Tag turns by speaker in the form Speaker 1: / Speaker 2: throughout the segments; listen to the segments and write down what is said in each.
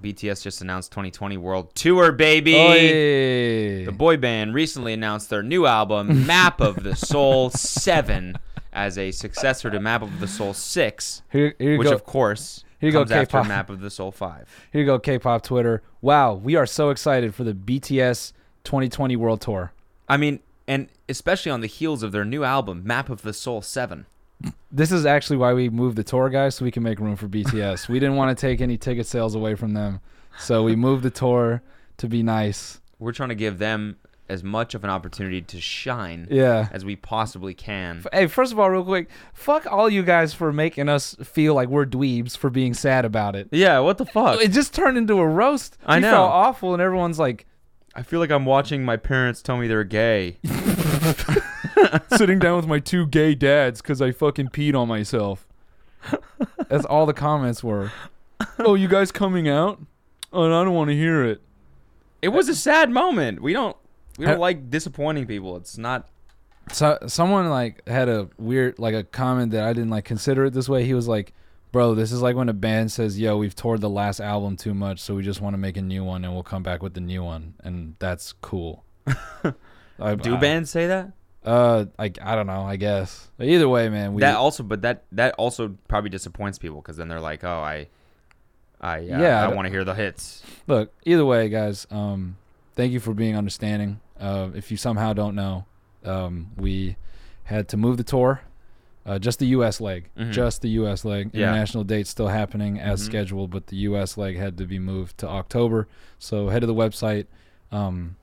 Speaker 1: BTS just announced 2020 World Tour, baby.
Speaker 2: Oh, Oy.
Speaker 1: The boy band recently announced their new album, Map of the Soul 7, as a successor to Map of the Soul 6,
Speaker 2: Here, here you
Speaker 1: which,
Speaker 2: go.
Speaker 1: of course,
Speaker 2: Here you go,
Speaker 1: comes after
Speaker 2: K-pop.
Speaker 1: Map of the Soul 5.
Speaker 2: Here you go, K-pop Twitter. Wow, we are so excited for the BTS 2020 World Tour.
Speaker 1: I mean, and especially on the heels of their new album, Map of the Soul 7.
Speaker 2: This is actually why we moved the tour, guys, so we can make room for BTS. we didn't want to take any ticket sales away from them, so we moved the tour to be nice.
Speaker 1: We're trying to give them as much of an opportunity to shine
Speaker 2: Yeah.
Speaker 1: as we possibly can.
Speaker 2: Hey, first of all, real quick, fuck all you guys for making us feel like we're dweebs for being sad about it.
Speaker 1: Yeah, what the fuck?
Speaker 2: It just turned into a roast.
Speaker 1: I
Speaker 2: You
Speaker 1: know.
Speaker 2: felt awful, and everyone's like
Speaker 1: I feel like I'm watching my parents tell me they're gay.
Speaker 2: sitting down with my two gay dads because I fucking peed on myself. That's all the comments were. Oh, you guys coming out? Oh, and I don't want to hear it.
Speaker 1: It was a sad moment. We don't we
Speaker 2: I-
Speaker 1: don't like disappointing people. It's not
Speaker 2: So someone like had a weird like a comment that I didn't like consider it this way. He was like, "Bro, this is like when a band says, "Yo, we've toured the last album too much, so we just want to make a new one and we'll come back with the new one." And that's cool. I,
Speaker 1: do
Speaker 2: I-
Speaker 1: bands say that?
Speaker 2: Uh, like I don't know, I guess. But either way, man, we
Speaker 1: that also but that that also probably disappoints people cuz then they're like, "Oh, I I uh,
Speaker 2: Yeah, I
Speaker 1: I
Speaker 2: d-
Speaker 1: want to hear the hits."
Speaker 2: look, either way, guys, um, thank you for being understanding. Uh, if you somehow don't know, um, we had to move the tour, uh, just the U.S. leg,
Speaker 1: Mhm.
Speaker 2: just the U.S. leg.
Speaker 1: Yeah.
Speaker 2: International dates still happening as
Speaker 1: Mhm.
Speaker 2: scheduled, but the U.S. leg had to be moved to October. So head to the website, um,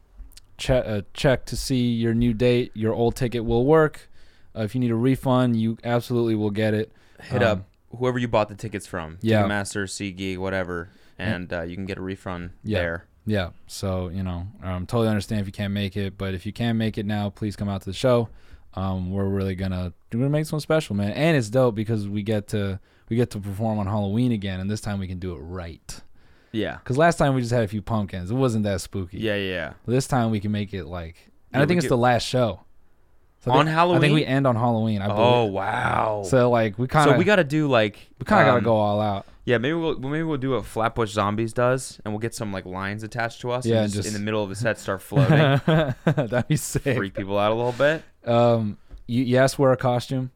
Speaker 2: check uh, check to see your new date. Your old ticket will work. Uh, if you need a refund, you absolutely will get it.
Speaker 1: Hit
Speaker 2: Um,
Speaker 1: up whoever you bought the tickets from.
Speaker 2: Yeah.
Speaker 1: Master, Sea Geek, whatever. And uh, you can get a refund
Speaker 2: Yeah.
Speaker 1: there.
Speaker 2: Yeah. So, you know, um, totally understand if you can't make it, but if you can make it now, please come out to the show. Um, we're really gonna we're gonna make something special, man. And it's dope because we get to we get to perform on Halloween again, and this time we can do it right.
Speaker 1: Yeah.
Speaker 2: Cause last time we just had a few pumpkins, it wasn't that spooky.
Speaker 1: Yeah, yeah.
Speaker 2: This time we can make it like, and
Speaker 1: Yeah,
Speaker 2: I think
Speaker 1: we
Speaker 2: it's
Speaker 1: could-
Speaker 2: the last show. So I
Speaker 1: On
Speaker 2: think- I
Speaker 1: Halloween?
Speaker 2: think we end on Halloween. I believe.
Speaker 1: Oh, wow. So,
Speaker 2: So like we kind of
Speaker 1: we got to do like
Speaker 2: we kind of
Speaker 1: um,
Speaker 2: gotta go all out.
Speaker 1: Yeah, maybe we'll maybe we'll do what Flatbush Zombies does, and we'll get some like lines attached to us.
Speaker 2: Yeah,
Speaker 1: and just,
Speaker 2: just-
Speaker 1: in the middle of the set, start floating,
Speaker 2: That'd be sick.
Speaker 1: freak people out a little bit.
Speaker 2: Um, you, yes, wear a costume.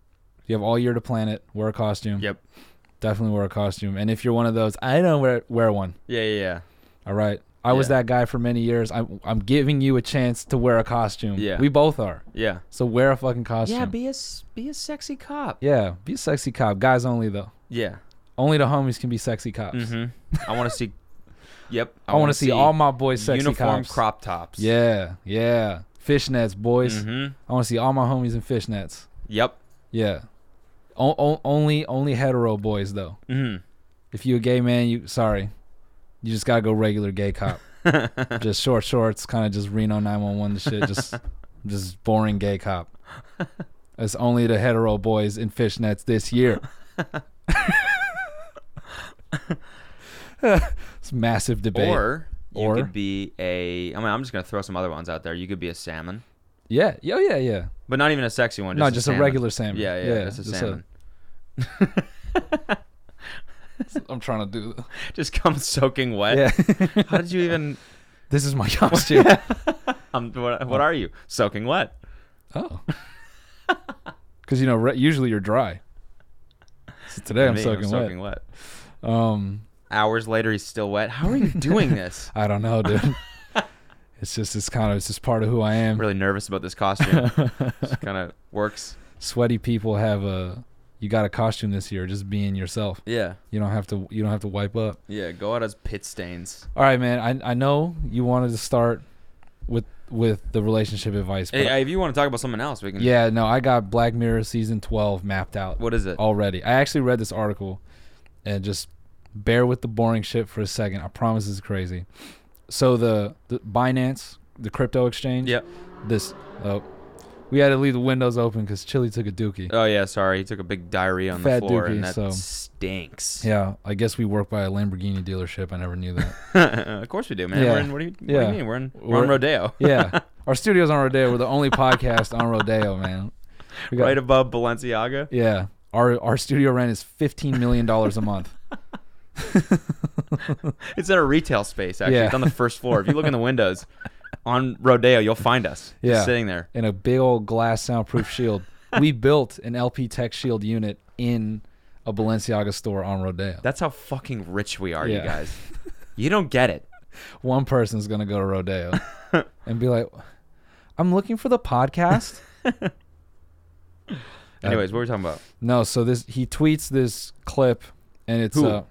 Speaker 2: You have all year to plan it. Wear a costume.
Speaker 1: Yep.
Speaker 2: Definitely wear a costume. And if you're one of those, I don't wear wear one.
Speaker 1: Yeah, yeah, yeah.
Speaker 2: All right. I was
Speaker 1: Yeah.
Speaker 2: that guy for many years. I'm I'm giving you a chance to wear a costume.
Speaker 1: Yeah.
Speaker 2: We both are.
Speaker 1: Yeah.
Speaker 2: So wear a fucking costume.
Speaker 1: Yeah, be a s- be a sexy cop.
Speaker 2: yeah. Be a sexy cop. Guys only though.
Speaker 1: Yeah.
Speaker 2: Only the homies can be sexy cops.
Speaker 1: hmm I want to see. Yep.
Speaker 2: I, want
Speaker 1: wanna
Speaker 2: to see all my boys sexy
Speaker 1: uniform
Speaker 2: cops.
Speaker 1: crop tops.
Speaker 2: Yeah. Yeah. Fishnets, boys.
Speaker 1: hmm
Speaker 2: I want to see all my homies in fishnets.
Speaker 1: Yep.
Speaker 2: Yeah. O- o- only only hetero boys though.
Speaker 1: hmm
Speaker 2: if you a gay man, you sorry, you just gotta go regular gay cop. just short shorts, kind of just Reno 911 shit. Just just boring gay cop. It's only the hetero boys in fishnets this year. it's massive debate.
Speaker 1: Or you
Speaker 2: Or-
Speaker 1: could be a. I mean, I'm just gonna throw some other ones out there. You could be a salmon,
Speaker 2: yeah, yeah, oh, yeah, yeah.
Speaker 1: but not even a sexy one.
Speaker 2: no,
Speaker 1: Just
Speaker 2: just a,
Speaker 1: salmon.
Speaker 2: regular salmon.
Speaker 1: Yeah, yeah, just a salmon.
Speaker 2: I'm trying to do.
Speaker 1: Just come soaking wet.
Speaker 2: Yeah,
Speaker 1: How did you even?
Speaker 2: this is my costume.
Speaker 1: Um, what, what are you? Soaking wet.
Speaker 2: Oh. Because you know, re- usually you're dry. So today I'm
Speaker 1: Me,
Speaker 2: soaking,
Speaker 1: soaking
Speaker 2: wet.
Speaker 1: wet.
Speaker 2: Um,
Speaker 1: Hours later, he's still wet. How are you doing this?
Speaker 2: I don't know, dude. it's just it's kind of it's just part of who I am.
Speaker 1: I'm really nervous about this costume. Just kind of works.
Speaker 2: Sweaty people have a. You got a costume this year, just being yourself.
Speaker 1: Yeah,
Speaker 2: You don't have to. You don't have to wipe up.
Speaker 1: yeah. Go out as pit stains.
Speaker 2: All right, man. I I know you wanted to start with with the relationship advice. But
Speaker 1: Hey, if you want to talk about something else, we can.
Speaker 2: yeah, no, I got Black Mirror season twelve mapped out.
Speaker 1: What is it?
Speaker 2: already. I actually read this article and just bear with the boring shit for a second. I promise it's crazy. So the, the Binance, the crypto exchange.
Speaker 1: Yep.
Speaker 2: This oh, we had to leave the windows open because Chili took a dookie.
Speaker 1: Oh yeah. Sorry, he took a big diarrhea on
Speaker 2: Fat
Speaker 1: the floor,
Speaker 2: dookie,
Speaker 1: and that
Speaker 2: so-
Speaker 1: stinks.
Speaker 2: Yeah, I guess we work by a Lamborghini dealership. I never knew that.
Speaker 1: of course we do, man. We're
Speaker 2: Yeah.
Speaker 1: in. What do you? What
Speaker 2: Yeah.
Speaker 1: do you mean? We're in. We're, on
Speaker 2: We're-
Speaker 1: Rodeo.
Speaker 2: yeah, our studios on Rodeo. We're the only podcast on Rodeo, man. We got-
Speaker 1: right above Balenciaga.
Speaker 2: yeah, our our studio rent is fifteen million dollars a month.
Speaker 1: It's at a retail space, actually.
Speaker 2: Yeah.
Speaker 1: It's on the first floor. If you look in the windows on Rodeo, you'll find us. just
Speaker 2: Yeah.
Speaker 1: sitting there.
Speaker 2: and a big old glass soundproof shield. we built an LP Tech Shield unit in a Balenciaga store on Rodeo.
Speaker 1: That's how fucking rich we are, you
Speaker 2: Yeah.
Speaker 1: guys. You don't get it.
Speaker 2: One person's gonna go to Rodeo and be like, "I'm looking for the podcast." Uh,
Speaker 1: Anyways, what were we talking about?
Speaker 2: No, so this he tweets this clip, and it's
Speaker 1: Who?
Speaker 2: uh,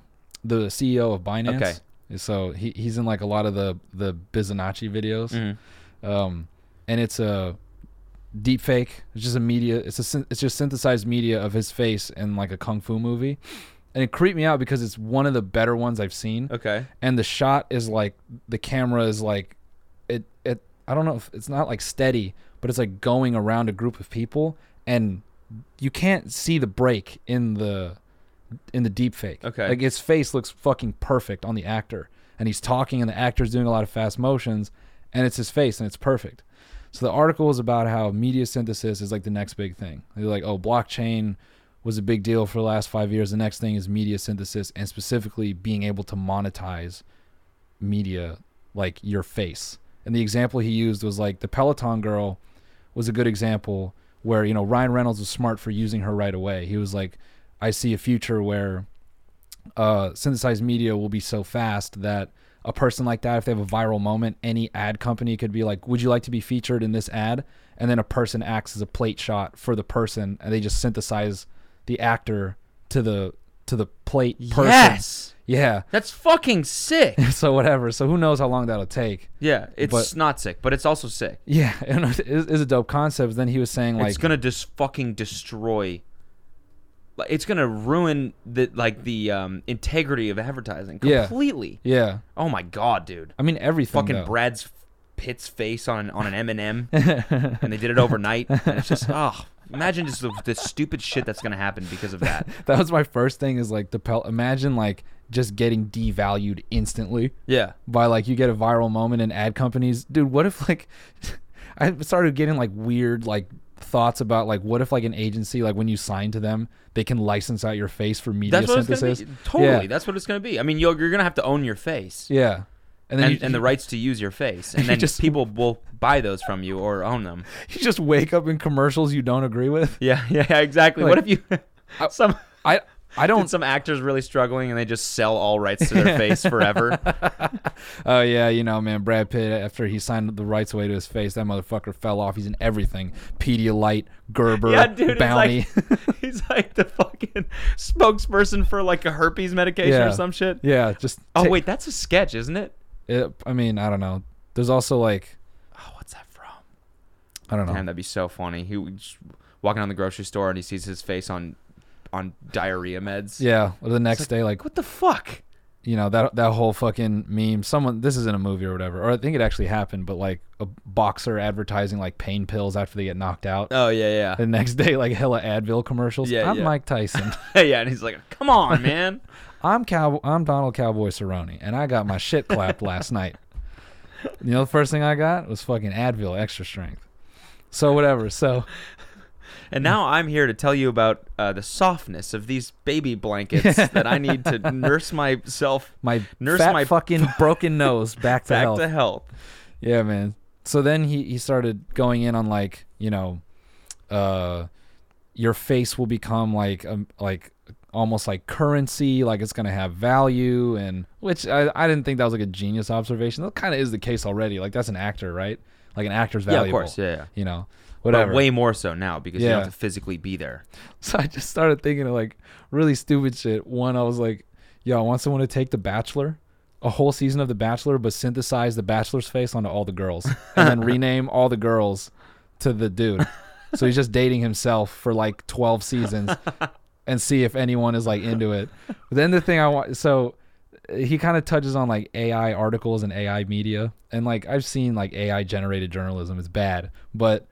Speaker 2: the CEO of Binance.
Speaker 1: Okay.
Speaker 2: So he, he's in like a lot of the the Bizanacci videos,
Speaker 1: Mhm.
Speaker 2: um, and it's a deep fake. It's just a media. It's a syn- it's just synthesized media of his face in like a kung fu movie, and it creeped me out because it's one of the better ones I've seen.
Speaker 1: Okay.
Speaker 2: And the shot is like the camera is like it it I don't know if it's not like steady, but it's like going around a group of people and you can't see the break in the in the deep fake.
Speaker 1: Okay.
Speaker 2: Like his face looks fucking perfect on the actor and he's talking and the actor's doing a lot of fast motions and it's his face and it's perfect. So the article is about how media synthesis is like the next big thing. They're like, "Oh, blockchain was a big deal for the last 5 years. The next thing is media synthesis and specifically being able to monetize media like your face. And the example he used was like the Peloton girl was a good example where, you know, Ryan Reynolds was smart for using her right away. He was like, I see a future where uh, synthesized media will be so fast that a person like that, if they have a viral moment, any ad company could be like, Would you like to be featured in this ad? And then a person acts as a plate shot for the person and they just synthesize the actor to the to the plate person.
Speaker 1: Yes.
Speaker 2: Yeah.
Speaker 1: That's fucking sick.
Speaker 2: So whatever. So who knows how long that'll take.
Speaker 1: Yeah, it's
Speaker 2: But-
Speaker 1: not sick, but it's also sick.
Speaker 2: Yeah, and it is is a dope concept. Then he was saying like,
Speaker 1: it's gonna just fucking destroy. Like, it's gonna ruin the like the um, integrity of advertising
Speaker 2: Yeah.
Speaker 1: completely.
Speaker 2: yeah,
Speaker 1: Oh my god, dude!
Speaker 2: I mean everything.
Speaker 1: Fucking
Speaker 2: though.
Speaker 1: Brad's Pitt's face on an, on an M and m and they did it overnight. And it's just oh, imagine just the, the stupid shit that's gonna happen because of that.
Speaker 2: that was my first thing. Is like the pel- imagine like just getting devalued instantly
Speaker 1: Yeah,
Speaker 2: by like you get a viral moment in ad companies. Dude, what if like I started getting like weird like thoughts about like what if like an agency like when you sign to them they can license out your face for media
Speaker 1: that's what it's
Speaker 2: synthesis.
Speaker 1: gonna be. Totally,
Speaker 2: Yeah.
Speaker 1: that's what it's gonna be. I mean, you're, you're gonna have to own your face.
Speaker 2: Yeah, and then
Speaker 1: And,
Speaker 2: you,
Speaker 1: and the rights to use your face,
Speaker 2: you
Speaker 1: and then
Speaker 2: just-
Speaker 1: people will buy those from you or own them.
Speaker 2: you just wake up in commercials you don't agree with.
Speaker 1: Yeah, yeah, exactly. what if
Speaker 2: Like,
Speaker 1: you some
Speaker 2: I I don't
Speaker 1: did some actors really struggling and they just sell all rights to their face forever?
Speaker 2: Oh yeah, you know, man, Brad Pitt after he signed the rights away to his face, that motherfucker fell off. He's in everything: Pedialyte, Gerber,
Speaker 1: yeah, dude,
Speaker 2: Bounty.
Speaker 1: he's like he's like the fucking spokesperson for like a herpes medication
Speaker 2: Yeah.
Speaker 1: or some shit.
Speaker 2: yeah, just.
Speaker 1: Oh
Speaker 2: ta-
Speaker 1: wait, that's a sketch, isn't it?
Speaker 2: it- I mean, I don't know. There's also like,
Speaker 1: Oh, what's that from?
Speaker 2: I don't know.
Speaker 1: Damn, that'd be so funny. He was just walking down the grocery store and he sees his face on on diarrhea meds.
Speaker 2: yeah, or the next day, like
Speaker 1: What the fuck?
Speaker 2: you know that that whole fucking meme. Someone, this isn't a movie or whatever, or I think it actually happened, but like a boxer advertising like pain pills after they get knocked out.
Speaker 1: Oh yeah,
Speaker 2: the next day, like hella Advil commercials.
Speaker 1: Yeah,
Speaker 2: I'm
Speaker 1: yeah.
Speaker 2: Mike Tyson.
Speaker 1: yeah, yeah. And he's like, "Come on, man."
Speaker 2: I'm cow. I'm Donald Cowboy Cerrone, and I got my shit clapped last night. You know, the first thing I got was fucking Advil Extra Strength. So whatever. So
Speaker 1: And now I'm here to tell you about uh, the softness of these baby blankets that I need to nurse myself
Speaker 2: my
Speaker 1: Nurse
Speaker 2: fat
Speaker 1: my-
Speaker 2: fucking broken nose back to
Speaker 1: back
Speaker 2: health.
Speaker 1: to health.
Speaker 2: yeah, man. So then he he started going in on like you know, uh, your face will become like um like almost like currency, like it's gonna have value, and which I I didn't think that was like a genius observation. That kind of is the case already. Like that's an actor, right? Like an actor's
Speaker 1: Yeah,
Speaker 2: valuable.
Speaker 1: of course. Yeah, yeah.
Speaker 2: you know,
Speaker 1: But
Speaker 2: whatever.
Speaker 1: way more so now because you don't
Speaker 2: Yeah.
Speaker 1: have to physically be there.
Speaker 2: so I just started thinking of like really stupid shit. One, I was like, yo, I want someone to take The Bachelor, a whole season of The Bachelor, but synthesize The Bachelor's face onto all the girls and then rename all the girls to the dude. So he's just dating himself for like 12 seasons and see if anyone is like into it. But then the thing I want, so uh, he kind of touches on like AI articles and AI media. And like I've seen like AI generated journalism, it's bad. But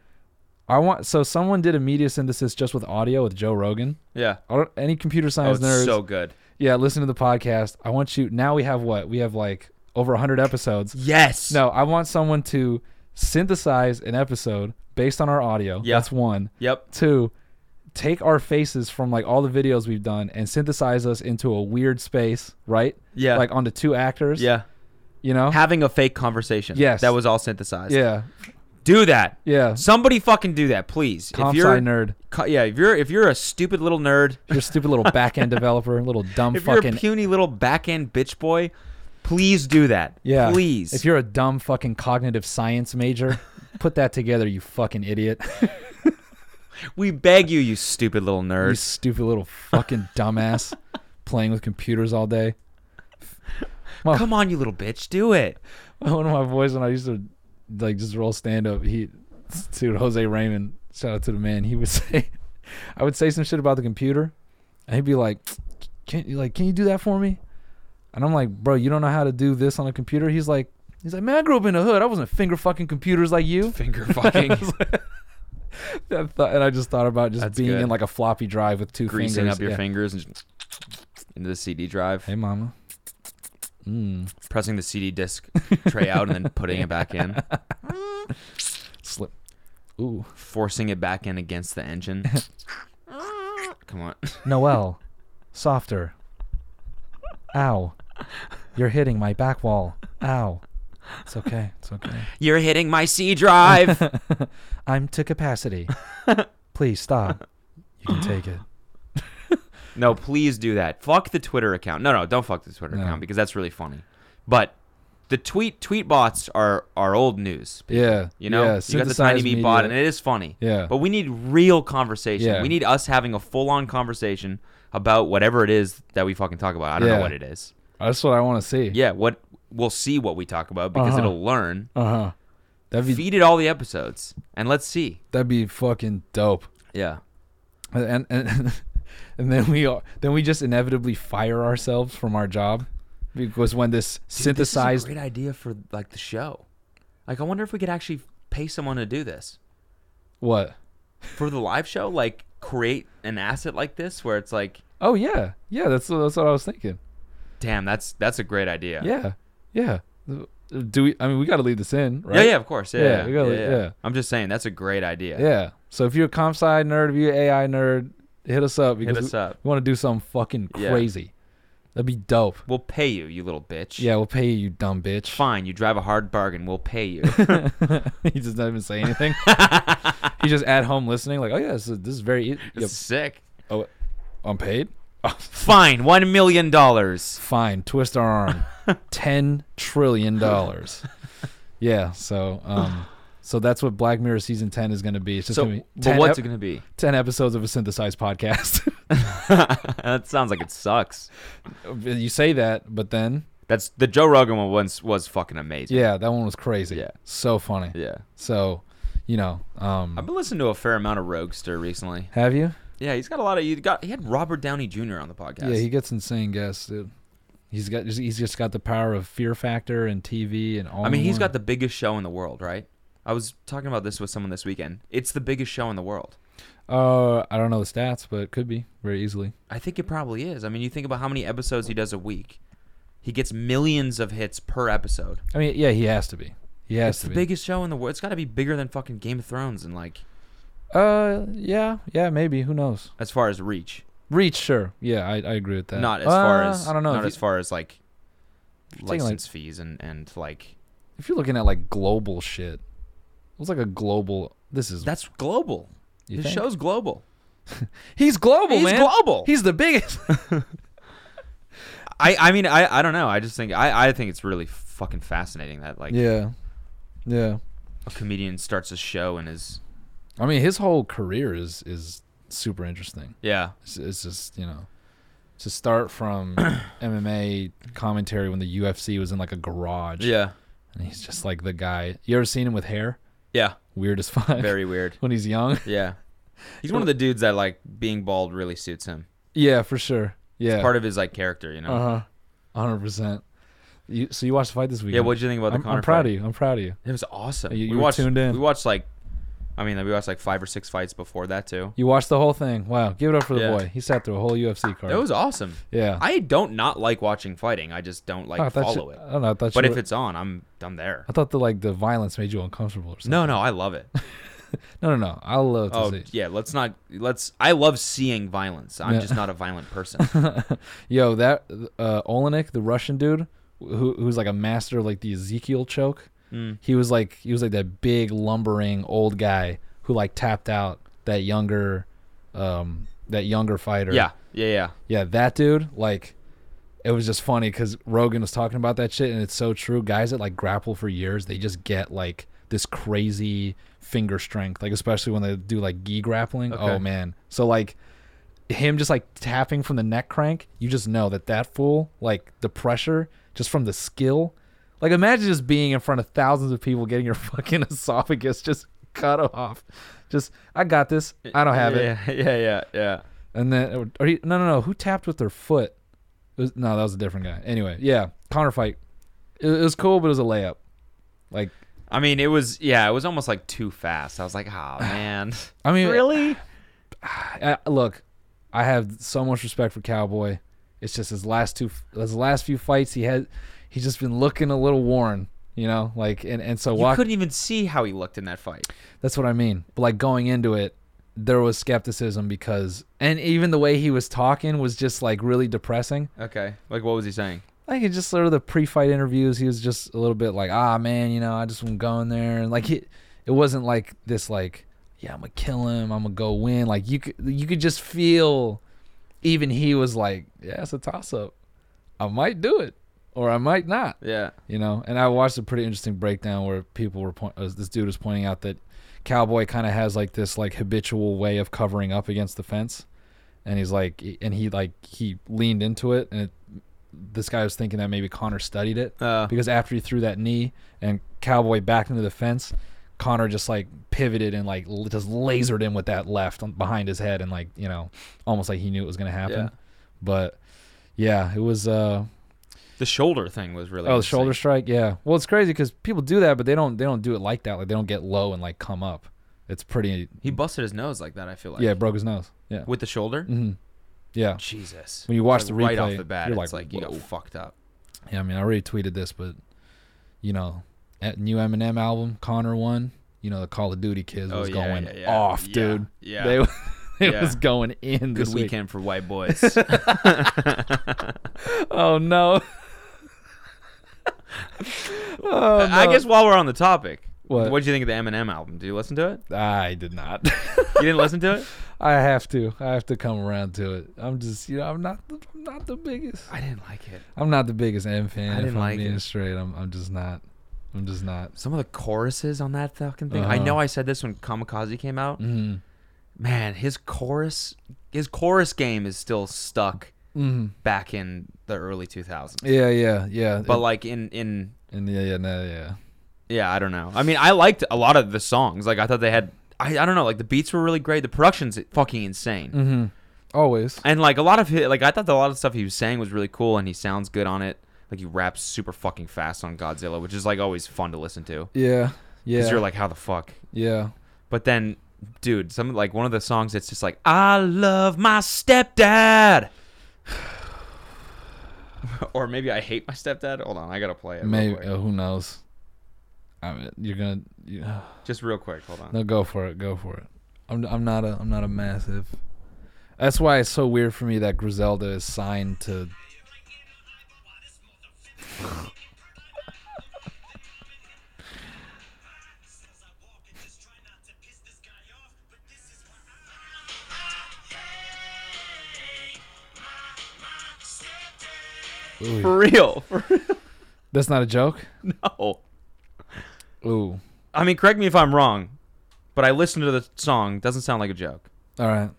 Speaker 2: I want, so someone did a media synthesis just with audio with Joe Rogan.
Speaker 1: Yeah.
Speaker 2: I don't, any computer
Speaker 1: Oh,
Speaker 2: science
Speaker 1: it's
Speaker 2: nerds,
Speaker 1: so good.
Speaker 2: yeah, listen to the podcast. I want you, now we have what? We have like over 100 episodes.
Speaker 1: Yes.
Speaker 2: No, I want someone to synthesize an episode based on our audio.
Speaker 1: Yeah.
Speaker 2: That's one.
Speaker 1: Yep.
Speaker 2: Two, take our faces from like all the videos we've done and synthesize us into a weird space, right?
Speaker 1: Yeah.
Speaker 2: Like onto two actors.
Speaker 1: yeah.
Speaker 2: You know?
Speaker 1: Having a fake conversation.
Speaker 2: Yes.
Speaker 1: That was all synthesized.
Speaker 2: yeah.
Speaker 1: Do that.
Speaker 2: Yeah.
Speaker 1: Somebody fucking do that, please.
Speaker 2: Comp
Speaker 1: if you're
Speaker 2: sci nerd.
Speaker 1: co- yeah, if you're if you're a stupid little nerd,
Speaker 2: You're a stupid little back end developer, little dumb
Speaker 1: if you're
Speaker 2: fucking
Speaker 1: a puny little back end bitch boy, please do that.
Speaker 2: Yeah.
Speaker 1: Please.
Speaker 2: If you're a dumb fucking cognitive science major, put that together, you fucking idiot.
Speaker 1: we beg you, you stupid little
Speaker 2: you
Speaker 1: nerd.
Speaker 2: stupid little fucking dumbass playing with computers all day. Oh.
Speaker 1: Come on, you little bitch, do it.
Speaker 2: One of my boys when I used to like just roll stand up, he dude Jose Raymond, shout out to the man, he would say I would say some shit about the computer and he'd be like, Can you like can you do that for me? And I'm like, bro, you don't know how to do this on a computer? He's like he's like, Man, I grew up in the hood. I wasn't finger fucking computers like you.
Speaker 1: Finger fucking
Speaker 2: I thought, and I just thought about just
Speaker 1: That's
Speaker 2: being
Speaker 1: good.
Speaker 2: in like a floppy drive with two
Speaker 1: greasing
Speaker 2: fingers.
Speaker 1: up your
Speaker 2: yeah.
Speaker 1: fingers and just into the CD drive,
Speaker 2: Hey, mama. Mm.
Speaker 1: pressing the CD disc tray out and then putting it back in,
Speaker 2: Slip. Ooh.
Speaker 1: forcing it back in against the engine. Come on.
Speaker 2: Noel, softer. Ow. You're hitting my back wall. Ow. It's okay. It's okay.
Speaker 1: You're hitting my C drive.
Speaker 2: I'm to capacity. Please stop. You can take it.
Speaker 1: no, please do that. Fuck the Twitter account. No, no, don't fuck the Twitter
Speaker 2: No.
Speaker 1: account because that's really funny. But the tweet tweet bots are are old news.
Speaker 2: Yeah.
Speaker 1: You know, you got the tiny meat bot, and it Oh. is funny.
Speaker 2: Yeah.
Speaker 1: But we need real conversation.
Speaker 2: Yeah.
Speaker 1: We need us having a full on conversation about whatever it is that we fucking talk about. I don't
Speaker 2: Yeah.
Speaker 1: know what it is.
Speaker 2: That's what I want to see.
Speaker 1: Yeah, what we'll see what we talk about because
Speaker 2: Uh-huh.
Speaker 1: it'll learn.
Speaker 2: Uh huh. That'd be
Speaker 1: Feed it all the episodes and let's see.
Speaker 2: that'd be fucking dope.
Speaker 1: Yeah.
Speaker 2: and and and then we are, then we just inevitably fire ourselves from our job because when this synthesized
Speaker 1: great idea for like the show. Like I wonder if we could actually pay someone to do this.
Speaker 2: what
Speaker 1: For the live show, like create an asset like this where it's like,
Speaker 2: oh yeah yeah that's that's what I was thinking
Speaker 1: damn, that's that's a great idea.
Speaker 2: yeah yeah do we I mean we got to leave this in right
Speaker 1: Yeah, yeah, of course. Yeah,
Speaker 2: Yeah,
Speaker 1: yeah,
Speaker 2: we gotta-
Speaker 1: yeah,
Speaker 2: yeah.
Speaker 1: I'm just saying that's a great idea.
Speaker 2: yeah so if you're a comp sci nerd if you're an AI nerd hit us up because
Speaker 1: us
Speaker 2: we,
Speaker 1: up.
Speaker 2: we want to do something fucking
Speaker 1: Yeah.
Speaker 2: crazy that'd be dope
Speaker 1: We'll pay you, you little bitch.
Speaker 2: yeah we'll pay you you dumb bitch
Speaker 1: Fine, you drive a hard bargain. We'll pay you.
Speaker 2: he just doesn't even say anything he's just at home listening like oh yeah this is, this is very e- yep.
Speaker 1: Sick.
Speaker 2: oh I'm paid
Speaker 1: Fine, one million dollars.
Speaker 2: fine twist our arm 10 trillion dollars yeah so um so that's what black mirror season 10 is going to be it's just
Speaker 1: So,
Speaker 2: going to be
Speaker 1: but
Speaker 2: 10,
Speaker 1: what's
Speaker 2: ep-
Speaker 1: it gonna be?
Speaker 2: 10 episodes of a synthesized podcast
Speaker 1: that sounds like it sucks.
Speaker 2: you say that but then
Speaker 1: That's the Joe Rogan one once was fucking amazing.
Speaker 2: yeah that one was crazy
Speaker 1: Yeah.
Speaker 2: so funny
Speaker 1: Yeah.
Speaker 2: so you know
Speaker 1: I've
Speaker 2: um
Speaker 1: been listening to a fair amount of Roguester recently.
Speaker 2: have you
Speaker 1: Yeah, he's got a lot of. He got he had Robert Downey Jr. on the podcast.
Speaker 2: yeah he gets insane guests dude he's got he's just got the power of fear factor and tv and all
Speaker 1: I mean,
Speaker 2: in
Speaker 1: he's
Speaker 2: one.
Speaker 1: got the biggest show in the world, right? I was talking about this with someone this weekend. It's the biggest show in the world.
Speaker 2: uh i don't know the stats but it could be very easily
Speaker 1: I think it probably is. I mean, you think about how many episodes he does a week. He gets millions of hits per episode.
Speaker 2: i mean yeah he has to be he has
Speaker 1: It's
Speaker 2: to
Speaker 1: the
Speaker 2: be
Speaker 1: biggest show in the world. It's got to be bigger than fucking Game of Thrones and like
Speaker 2: Uh, yeah, yeah, maybe. Who knows?
Speaker 1: as far as reach,
Speaker 2: Reach, sure. Yeah, I, I agree with that.
Speaker 1: not as far
Speaker 2: Uh,
Speaker 1: as
Speaker 2: I don't know.
Speaker 1: not
Speaker 2: If,
Speaker 1: as
Speaker 2: you,
Speaker 1: far as like
Speaker 2: taking, like-
Speaker 1: license fees and and like
Speaker 2: if you're looking at like global shit, what's like a global? This is
Speaker 1: that's global.
Speaker 2: you
Speaker 1: His
Speaker 2: think?
Speaker 1: show's global.
Speaker 2: He's global,
Speaker 1: He's
Speaker 2: man.
Speaker 1: global.
Speaker 2: He's the biggest.
Speaker 1: I I mean I I don't know. I just think I I think it's really fucking fascinating that like
Speaker 2: yeah, yeah.
Speaker 1: a comedian starts a show and is
Speaker 2: I mean, his whole career is is super interesting.
Speaker 1: yeah
Speaker 2: It's, it's just you know, to start from MMA commentary when the UFC was in like a garage.
Speaker 1: yeah
Speaker 2: and he's just like the guy. You ever seen him with hair?
Speaker 1: yeah
Speaker 2: Weird as fuck.
Speaker 1: very weird.
Speaker 2: when he's young.
Speaker 1: Yeah. He's one of the dudes that like being bald really suits him.
Speaker 2: Yeah, for sure. Yeah.
Speaker 1: Part of his like character, you know.
Speaker 2: Uh huh. Hundred percent. You so you watched the fight this weekend?
Speaker 1: Yeah, what'd you think about the
Speaker 2: I'm,
Speaker 1: Conor
Speaker 2: I'm proud
Speaker 1: fight?
Speaker 2: of you. I'm proud of you.
Speaker 1: It was awesome.
Speaker 2: You- you
Speaker 1: we
Speaker 2: were
Speaker 1: watched
Speaker 2: tuned in.
Speaker 1: we watched like I mean, we watched like five or six fights before that too.
Speaker 2: You watched the whole thing. Wow, give it up for the
Speaker 1: Yeah.
Speaker 2: boy. He sat through a whole UFC card.
Speaker 1: That was awesome.
Speaker 2: yeah.
Speaker 1: I don't not like watching fighting. I just don't like
Speaker 2: Oh, I thought
Speaker 1: follow
Speaker 2: you,
Speaker 1: it.
Speaker 2: I don't know. I thought
Speaker 1: But
Speaker 2: you
Speaker 1: if
Speaker 2: were-
Speaker 1: it's on, I'm I'm there.
Speaker 2: I thought the like the violence made you uncomfortable or something.
Speaker 1: No, no, I love it.
Speaker 2: no, no, no. I'll love to
Speaker 1: Oh
Speaker 2: see.
Speaker 1: yeah, let's not. Let's. I love seeing violence. I'm
Speaker 2: Yeah.
Speaker 1: just not a violent person.
Speaker 2: Yo, that uh, Olenek, the Russian dude, who who's like a master of like the Ezekiel choke.
Speaker 1: Mm.
Speaker 2: He was like he was like that big lumbering old guy who like tapped out that younger, um, that younger fighter.
Speaker 1: Yeah, yeah, yeah.
Speaker 2: yeah, that dude. Like, it was just funny because Rogan was talking about that shit, and it's so true. Guys that like grapple for years, they just get like this crazy finger strength. Like especially when they do like gi grappling.
Speaker 1: Okay.
Speaker 2: Oh man, so like him just like tapping from the neck crank, you just know that that fool, like the pressure just from the skill. Like imagine just being in front of thousands of people getting your fucking esophagus just cut off. Just I got this. I don't have it.
Speaker 1: yeah, it. Yeah, yeah, yeah.
Speaker 2: And then, or he, no, no, no. Who tapped with their foot? It was, no, that was a different guy. Anyway, yeah, Connor fight. It, it was cool, but it was a layup. Like,
Speaker 1: I mean, it was. Yeah, it was almost like too fast. I was like, oh man.
Speaker 2: I mean,
Speaker 1: really?
Speaker 2: I, I- look, I have so much respect for Cowboy. It's just his last two, his last few fights. He had, he's just been looking a little worn, you know. Like, and and so
Speaker 1: You
Speaker 2: walk.
Speaker 1: couldn't even see how he looked in that fight.
Speaker 2: That's what I mean. But like going into it, there was skepticism because, and even the way he was talking was just like really depressing.
Speaker 1: Okay. Like, what was he saying?
Speaker 2: like it's just sort of the pre-fight interviews he was just a little bit like ah man you know i just want to go in there and like he, it wasn't like this like yeah i'm gonna kill him i'm gonna go win like you could you could just feel even he was like yeah it's a toss-up i might do it or i might not
Speaker 1: Yeah.
Speaker 2: you know and i watched a pretty interesting breakdown where people were point uh, this dude was pointing out that cowboy kind of has like this like habitual way of covering up against the fence and he's like and he like he leaned into it and it, this guy was thinking that maybe connor studied it
Speaker 1: Uh,
Speaker 2: because after he threw that knee and cowboy backed into the fence connor just like pivoted and like l- just lasered him with that left on, behind his head and like you know almost like he knew it was going to happen
Speaker 1: Yeah.
Speaker 2: but yeah it was uh
Speaker 1: the shoulder thing was really.
Speaker 2: oh, the
Speaker 1: interesting.
Speaker 2: shoulder strike. Yeah. Well, it's crazy because people do that, but they don't. They don't do it like that. Like they don't get low and like come up. It's pretty.
Speaker 1: He busted his nose like that. I feel like.
Speaker 2: yeah, it broke his nose. Yeah.
Speaker 1: With the shoulder.
Speaker 2: hmm Yeah.
Speaker 1: Jesus.
Speaker 2: When you watch
Speaker 1: Like,
Speaker 2: the replay,
Speaker 1: right off the bat,
Speaker 2: you're
Speaker 1: it's like, you got
Speaker 2: "Whoa."
Speaker 1: fucked up.
Speaker 2: yeah. I mean, I already tweeted this, but you know, at new Eminem album, Connor one. You know, the Call of Duty kids was going off,
Speaker 1: Oh, Yeah,
Speaker 2: dude.
Speaker 1: Yeah.
Speaker 2: They it
Speaker 1: Yeah.
Speaker 2: was going in
Speaker 1: Good
Speaker 2: this
Speaker 1: weekend
Speaker 2: weekend.
Speaker 1: for white boys.
Speaker 2: Oh no. oh, no.
Speaker 1: I guess while we're on the topic,
Speaker 2: What?
Speaker 1: what do you think of the Eminem album? Do you listen to it?
Speaker 2: I did not.
Speaker 1: You didn't listen to it?
Speaker 2: I have to. I have to come around to it. I'm just, you know, I'm not, the, I'm not the biggest.
Speaker 1: I didn't like it.
Speaker 2: I'm not the biggest M fan.
Speaker 1: I
Speaker 2: if
Speaker 1: didn't
Speaker 2: I'm
Speaker 1: like
Speaker 2: being
Speaker 1: it.
Speaker 2: straight, I'm, I'm just not. I'm just not.
Speaker 1: Some of the choruses on that fucking thing. I
Speaker 2: Uh-huh.
Speaker 1: know I said this when Kamikaze came out.
Speaker 2: Mm.
Speaker 1: Man, his chorus, his chorus game is still stuck
Speaker 2: Mm.
Speaker 1: back in the early 2000s.
Speaker 2: Yeah, yeah, yeah.
Speaker 1: But like in in
Speaker 2: and yeah, yeah, no, yeah.
Speaker 1: yeah, I don't know. I mean, I liked a lot of the songs. Like I thought they had. I, I don't know. Like the beats were really great. The production's fucking insane.
Speaker 2: Mm-hmm. Always.
Speaker 1: And like a lot of his, like I thought that a lot of the stuff he was saying was really cool, and he sounds good on it. Like he raps super fucking fast on Godzilla, which is like always fun to listen to.
Speaker 2: Yeah, yeah,
Speaker 1: Because you're like, how the fuck?
Speaker 2: yeah.
Speaker 1: But then, dude, some like one of the songs, it's just like, I love my stepdad. or maybe I hate my stepdad. Hold on, I gotta play it. real
Speaker 2: Maybe.
Speaker 1: quick.
Speaker 2: Uh, who knows? I mean, you're gonna. You,
Speaker 1: Just real quick, hold on.
Speaker 2: No, go for it. Go for it. I'm I'm not a I'm not a massive. That's why it's so weird for me that Griselda is signed to. Ooh,
Speaker 1: For real, for
Speaker 2: that's not a joke.
Speaker 1: real.
Speaker 2: Ooh.
Speaker 1: I mean, correct me if I'm wrong, but I listened to the song. Doesn't sound like a joke.
Speaker 2: All right.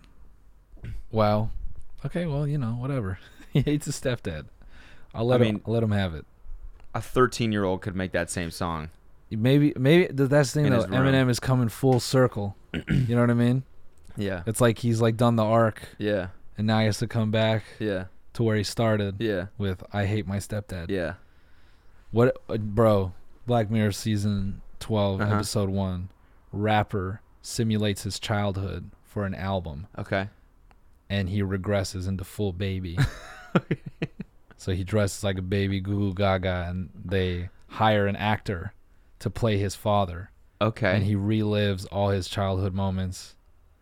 Speaker 2: Wow. Okay. Well, you know, whatever. he hates his stepdad. I'll let
Speaker 1: I
Speaker 2: him.
Speaker 1: mean-
Speaker 2: I'll let him have it.
Speaker 1: A 13 year old could make that same song.
Speaker 2: Maybe. Maybe th- that's the thing
Speaker 1: In
Speaker 2: though.
Speaker 1: his room.
Speaker 2: Eminem is coming full circle. you know what I mean?
Speaker 1: Yeah.
Speaker 2: It's like he's like done the arc,
Speaker 1: Yeah.
Speaker 2: and now he has to come back
Speaker 1: Yeah.
Speaker 2: to where he started
Speaker 1: Yeah.
Speaker 2: with "I hate my stepdad."
Speaker 1: Yeah.
Speaker 2: What, uh, bro? Black Mirror season 12
Speaker 1: Uh-huh.
Speaker 2: episode one. Rapper simulates his childhood for an album,
Speaker 1: Okay.
Speaker 2: and he regresses into full baby. so he dresses like a baby Goo Goo Gaga, and they hire an actor to play his father.
Speaker 1: Okay.
Speaker 2: and he relives all his childhood moments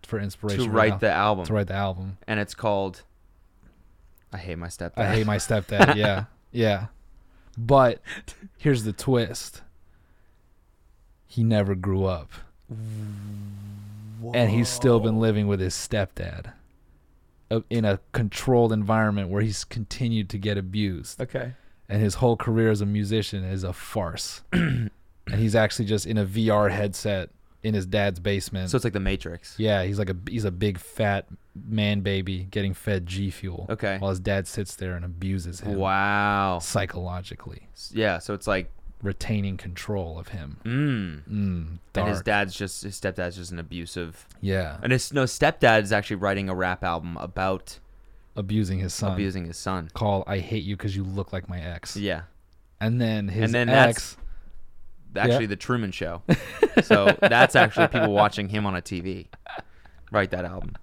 Speaker 2: for inspiration
Speaker 1: to
Speaker 2: for
Speaker 1: write
Speaker 2: al-
Speaker 1: the album,
Speaker 2: to write the album.
Speaker 1: and it's called "I Hate My Stepdad."
Speaker 2: I hate my stepdad. yeah, yeah. But here's the twist: he never grew up, and he's still been living with his stepdad uh, in a controlled environment where he's continued to get abused.
Speaker 1: okay.
Speaker 2: And his whole career as a musician is a farce, and he's actually just in a VR headset in his dad's basement.
Speaker 1: So it's like The Matrix.
Speaker 2: Yeah, he's like a he's a big fat man baby getting fed G fuel.
Speaker 1: Okay.
Speaker 2: While his dad sits there and abuses him
Speaker 1: Wow.
Speaker 2: psychologically,
Speaker 1: Yeah. So it's like,
Speaker 2: retaining control of him.
Speaker 1: mm.
Speaker 2: Mm, dark.
Speaker 1: and his dad's just his stepdad's just an abusive,
Speaker 2: yeah,
Speaker 1: and his no stepdad is actually writing a rap album about
Speaker 2: abusing his son.
Speaker 1: abusing his son.
Speaker 2: Call I hate you because you look like my ex.
Speaker 1: Yeah.
Speaker 2: And then his
Speaker 1: And then
Speaker 2: ex.
Speaker 1: Actually, The Truman Show. so that's actually people watching him on a TV. Write that album.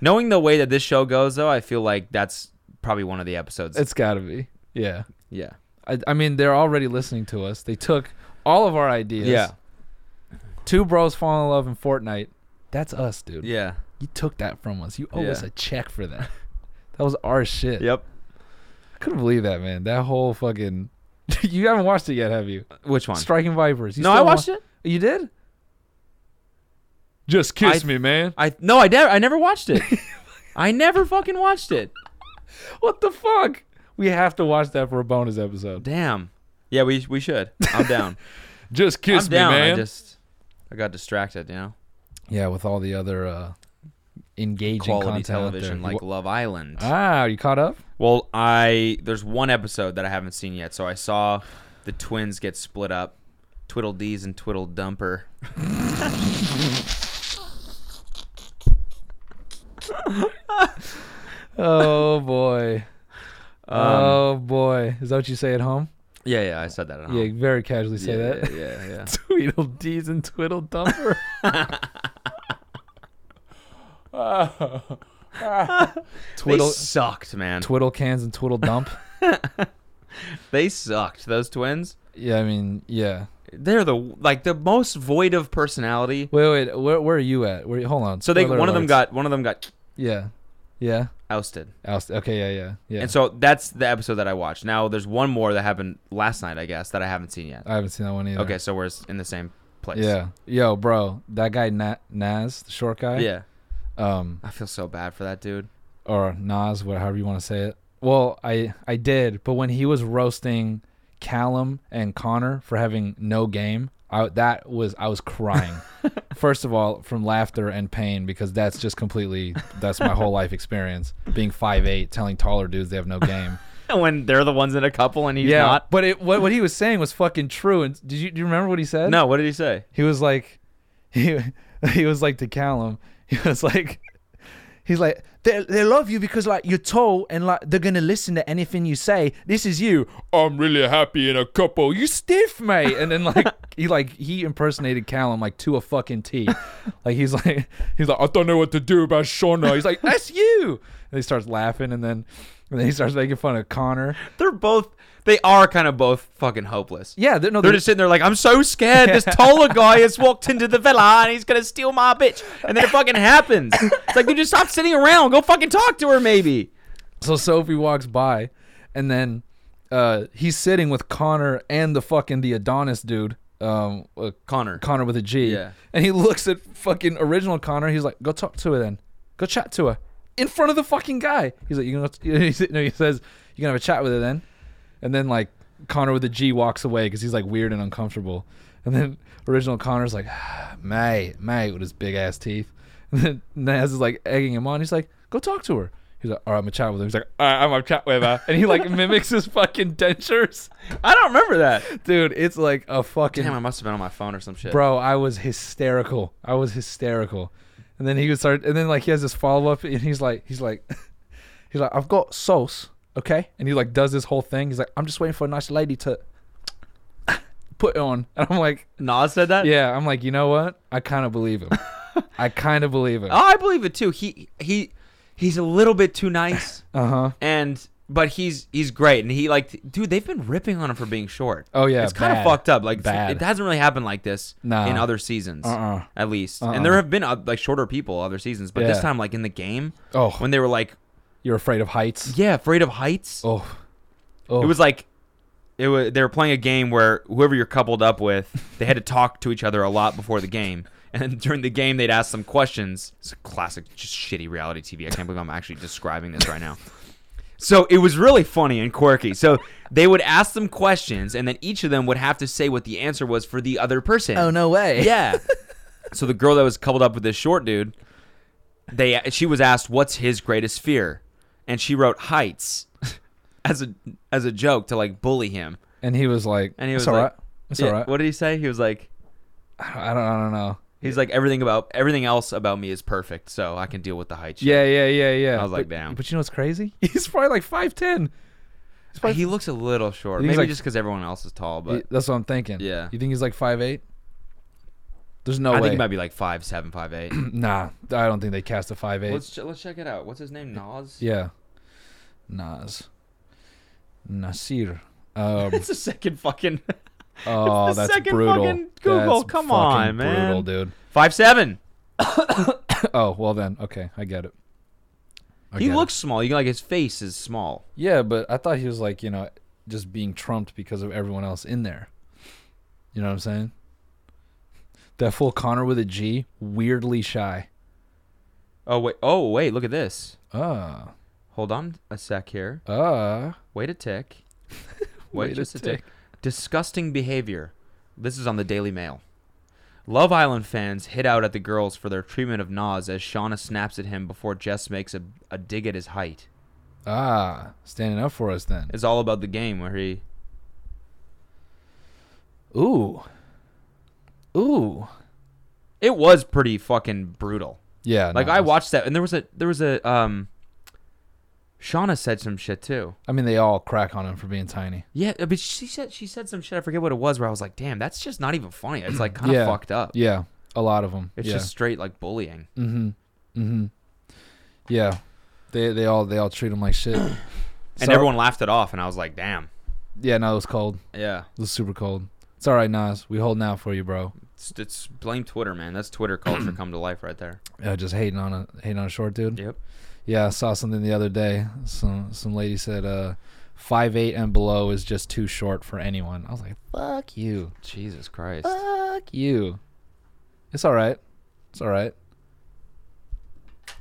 Speaker 1: Knowing the way that this show goes, though, I feel like that's probably one of the episodes.
Speaker 2: It's gotta be. Yeah.
Speaker 1: yeah.
Speaker 2: I, I mean, they're already listening to us. They took all of our ideas.
Speaker 1: Yeah.
Speaker 2: Two bros fall in love in Fortnite. That's us, dude.
Speaker 1: Yeah.
Speaker 2: You took that from us. You owe us
Speaker 1: Yeah.
Speaker 2: a check for that. That was our shit.
Speaker 1: Yep.
Speaker 2: I couldn't believe that, man. That whole fucking. you haven't watched it yet, have you?
Speaker 1: Which one?
Speaker 2: Striking Vipers. You
Speaker 1: no, I watched it.
Speaker 2: You did? Just kiss
Speaker 1: I-
Speaker 2: me, man.
Speaker 1: I no, I never, I never watched it. I never fucking watched it.
Speaker 2: What the fuck? We have to watch that for a bonus episode.
Speaker 1: Damn. Yeah, we we should. I'm down.
Speaker 2: Just
Speaker 1: I'm
Speaker 2: kiss me,
Speaker 1: down.
Speaker 2: man.
Speaker 1: I just I got distracted. You know,
Speaker 2: yeah, with all the other uh, engaging
Speaker 1: quality
Speaker 2: content out there.
Speaker 1: television like
Speaker 2: Wha-
Speaker 1: Love Island.
Speaker 2: ah, you caught up?
Speaker 1: Well, I there's one episode that I haven't seen yet. So I saw the twins get split up, Twiddle D's and Twiddle Dumper.
Speaker 2: Oh boy. oh boy. Is that what you say at home?
Speaker 1: Yeah, yeah, I said that. At home.
Speaker 2: Yeah, very casually say
Speaker 1: yeah,
Speaker 2: that.
Speaker 1: Yeah, yeah. yeah.
Speaker 2: Tweedledees and Twiddle Dumper.
Speaker 1: Twiddle
Speaker 2: Twiddle
Speaker 1: they sucked, man.
Speaker 2: Twiddle cans and Twiddle Dump.
Speaker 1: they sucked. Those twins.
Speaker 2: yeah, I mean, yeah.
Speaker 1: They're the like the most void of personality.
Speaker 2: Wait, wait. Where, where are you at? Where, hold on.
Speaker 1: So they
Speaker 2: Spoiler
Speaker 1: one of them
Speaker 2: alerts.
Speaker 1: got one of them got
Speaker 2: Yeah, yeah.
Speaker 1: ousted.
Speaker 2: Oust- Okay, yeah, yeah, yeah.
Speaker 1: And so that's the episode that I watched. Now there's one more that happened last night, I guess, that I haven't seen yet.
Speaker 2: I haven't seen that one either.
Speaker 1: Okay, so we're in the same place.
Speaker 2: Yeah. Yo, bro, that guy Na- Nas, the short guy.
Speaker 1: Yeah.
Speaker 2: Um,
Speaker 1: I feel so bad for that dude.
Speaker 2: or Nas, whatever you want to say it. Well, I I did, but when he was roasting Callum and Connor for having no game, I that was I was crying. First of all, from laughter and pain because that's just completely that's my whole life experience. Being 5'8", telling taller dudes they have no game.
Speaker 1: when they're the ones in a couple and he's
Speaker 2: yeah,
Speaker 1: not.
Speaker 2: but it what what he was saying was fucking true. And did you do you remember what he said?
Speaker 1: No, what did he say?
Speaker 2: he was like he he was like to Callum. He was like he's like they they love you because like you're tall and like they're gonna listen to anything you say. This is you. I'm really happy in a couple. You stiff mate. And then like he like he impersonated Callum like to a fucking T. Like he's like he's like I don't know what to do about Shauna. He's like that's you. And he starts laughing and then and then he starts making fun of Connor.
Speaker 1: They're both they are kind of both fucking hopeless.
Speaker 2: Yeah, they're, no,
Speaker 1: They're just sitting there like, I'm so scared. This taller guy has walked into the villa and he's gonna steal my bitch. And then it fucking happens. It's like, dude, just stop sitting around. Go fucking talk to her, maybe.
Speaker 2: So Sophie walks by, and then uh, he's sitting with Connor and the fucking the Adonis dude, um, uh,
Speaker 1: Connor.
Speaker 2: Connor with a G.
Speaker 1: Yeah.
Speaker 2: And he looks at fucking original Connor. He's like, "Go talk to her then. Go chat to her in front of the fucking guy." He's like, "You gonna?" He said- no, he says, "You gonna have a chat with her then?" And then like Connor with a G walks away because he's like weird and uncomfortable. And then original Connor's like, "Ah, "Mate, mate," with his big ass teeth. And then Naz is like egging him on. He's like, "Go talk to her." He's like, "All right, I'm gonna chat with her." He's like, "All right, I'm gonna chat with her." And he like mimics his fucking dentures,
Speaker 1: I don't remember that.
Speaker 2: dude. It's like a fucking
Speaker 1: Damn, I must have been on my phone or some shit.
Speaker 2: bro i was hysterical i was hysterical and then he would start and then like he has this follow-up and he's like he's like he's like i've got sauce okay and he like does this whole thing he's like i'm just waiting for a nice lady to put it on and i'm like
Speaker 1: Nas said that?
Speaker 2: yeah i'm like you know what i kind of believe him i kind of believe him
Speaker 1: Oh, I believe it too. He he he's a little bit too nice,
Speaker 2: uh-huh
Speaker 1: and but he's he's great, and he like, dude, they've been ripping on him for being short.
Speaker 2: Oh yeah,
Speaker 1: it's kind of
Speaker 2: bad.
Speaker 1: fucked up. Like
Speaker 2: Bad.
Speaker 1: it hasn't really happened like this
Speaker 2: Nah.
Speaker 1: in other seasons,
Speaker 2: Uh-uh.
Speaker 1: at least.
Speaker 2: Uh-uh.
Speaker 1: And there have been uh, like shorter people other seasons, but this
Speaker 2: Yeah.
Speaker 1: time like in the game
Speaker 2: Oh,
Speaker 1: when they were like,
Speaker 2: you're afraid of heights.
Speaker 1: yeah, afraid of heights.
Speaker 2: Oh, oh,
Speaker 1: It was like it was, they were playing a game where whoever you're coupled up with, they had to talk to each other a lot before the game. And during the game, they'd ask some questions. It's a classic, just shitty reality TV. I can't believe I'm actually describing this right now. So it was really funny and quirky. So they would ask them questions, and then each of them would have to say what the answer was for the other person.
Speaker 3: Oh no way.
Speaker 1: Yeah. so the girl that was coupled up with this short dude, they she was asked what's his greatest fear, and she wrote heights as a as a joke to like bully him.
Speaker 2: and he was like,
Speaker 1: And he was
Speaker 2: it's all right.
Speaker 1: like-
Speaker 2: It's
Speaker 1: Yeah,
Speaker 2: all right.
Speaker 1: What did he say? He was like
Speaker 2: I don't, I don't know.
Speaker 1: he's like everything about everything else about me is perfect, so I can deal with the height. shit."
Speaker 2: Yeah, yeah, yeah, yeah.
Speaker 1: I was like,
Speaker 2: but,
Speaker 1: damn.
Speaker 2: But you know what's crazy? He's probably like five ten.
Speaker 1: But he looks a little short.
Speaker 2: He's
Speaker 1: Maybe
Speaker 2: like-
Speaker 1: just because everyone else is tall, but
Speaker 2: That's what I'm thinking.
Speaker 1: Yeah.
Speaker 2: You think he's like five eight? There's no
Speaker 1: I
Speaker 2: way.
Speaker 1: think he might be like five seven, five eight.
Speaker 2: nah, I don't think they cast a five eight.
Speaker 1: let's ch- let's check it out. What's his name? Nas.
Speaker 2: Yeah. Nas. Nasir. Um,
Speaker 1: It's the second fucking
Speaker 2: oh,
Speaker 1: the
Speaker 2: that's
Speaker 1: second
Speaker 2: brutal.
Speaker 1: fucking Google.
Speaker 2: That's
Speaker 1: Come
Speaker 2: fucking
Speaker 1: on,
Speaker 2: Brutal,
Speaker 1: man.
Speaker 2: dude.
Speaker 1: five seven.
Speaker 2: Oh, well then. Okay, I get it. I
Speaker 1: He
Speaker 2: get it.
Speaker 1: looks small. You can, like his face is small.
Speaker 2: Yeah, but I thought he was like, you know, just being trumped because of everyone else in there. You know what I'm saying? That full Connor with a G, weirdly shy.
Speaker 1: Oh wait. Oh wait. Look at this.
Speaker 2: Uh,
Speaker 1: Hold on a sec here.
Speaker 2: uh,
Speaker 1: Wait a tick. Wait,
Speaker 2: Wait a
Speaker 1: just a tick. Disgusting behavior. This is on the Daily Mail. Love Island fans hit out at the girls for their treatment of Nas as Shauna snaps at him before Jess makes a, a dig at his height.
Speaker 2: ah, standing up for us then.
Speaker 1: It's all about the game where he.
Speaker 2: Ooh, ooh,
Speaker 1: It was pretty fucking brutal.
Speaker 2: yeah.
Speaker 1: Like
Speaker 2: no,
Speaker 1: I
Speaker 2: it's-
Speaker 1: watched that, and there was a there was a um. Shauna said some shit too.
Speaker 2: I mean, they all crack on him for being tiny.
Speaker 1: Yeah, but she said she said some shit. I forget what it was. Where I was like, damn, that's just not even funny. It's like kind of
Speaker 2: Yeah.
Speaker 1: fucked up.
Speaker 2: Yeah, a lot of them.
Speaker 1: It's
Speaker 2: yeah.
Speaker 1: just straight like bullying.
Speaker 2: Mm-hmm. Mm-hmm. Yeah, they they all they all treat him like shit. and
Speaker 1: and everyone laughed it off, and I was like, damn.
Speaker 2: Yeah, no, it was cold.
Speaker 1: Yeah,
Speaker 2: It was super cold. It's all right, Nas. We holding out for you, bro.
Speaker 1: it's, it's blame Twitter, man. That's Twitter culture come to life right there.
Speaker 2: Uh, just hating on a hating on a short dude.
Speaker 1: Yep.
Speaker 2: Yeah, I saw something the other day. Some some lady said, uh, five eight and below is just too short for anyone." I was like, "Fuck you,
Speaker 1: Jesus Christ.
Speaker 2: fuck you." It's all right. It's all right.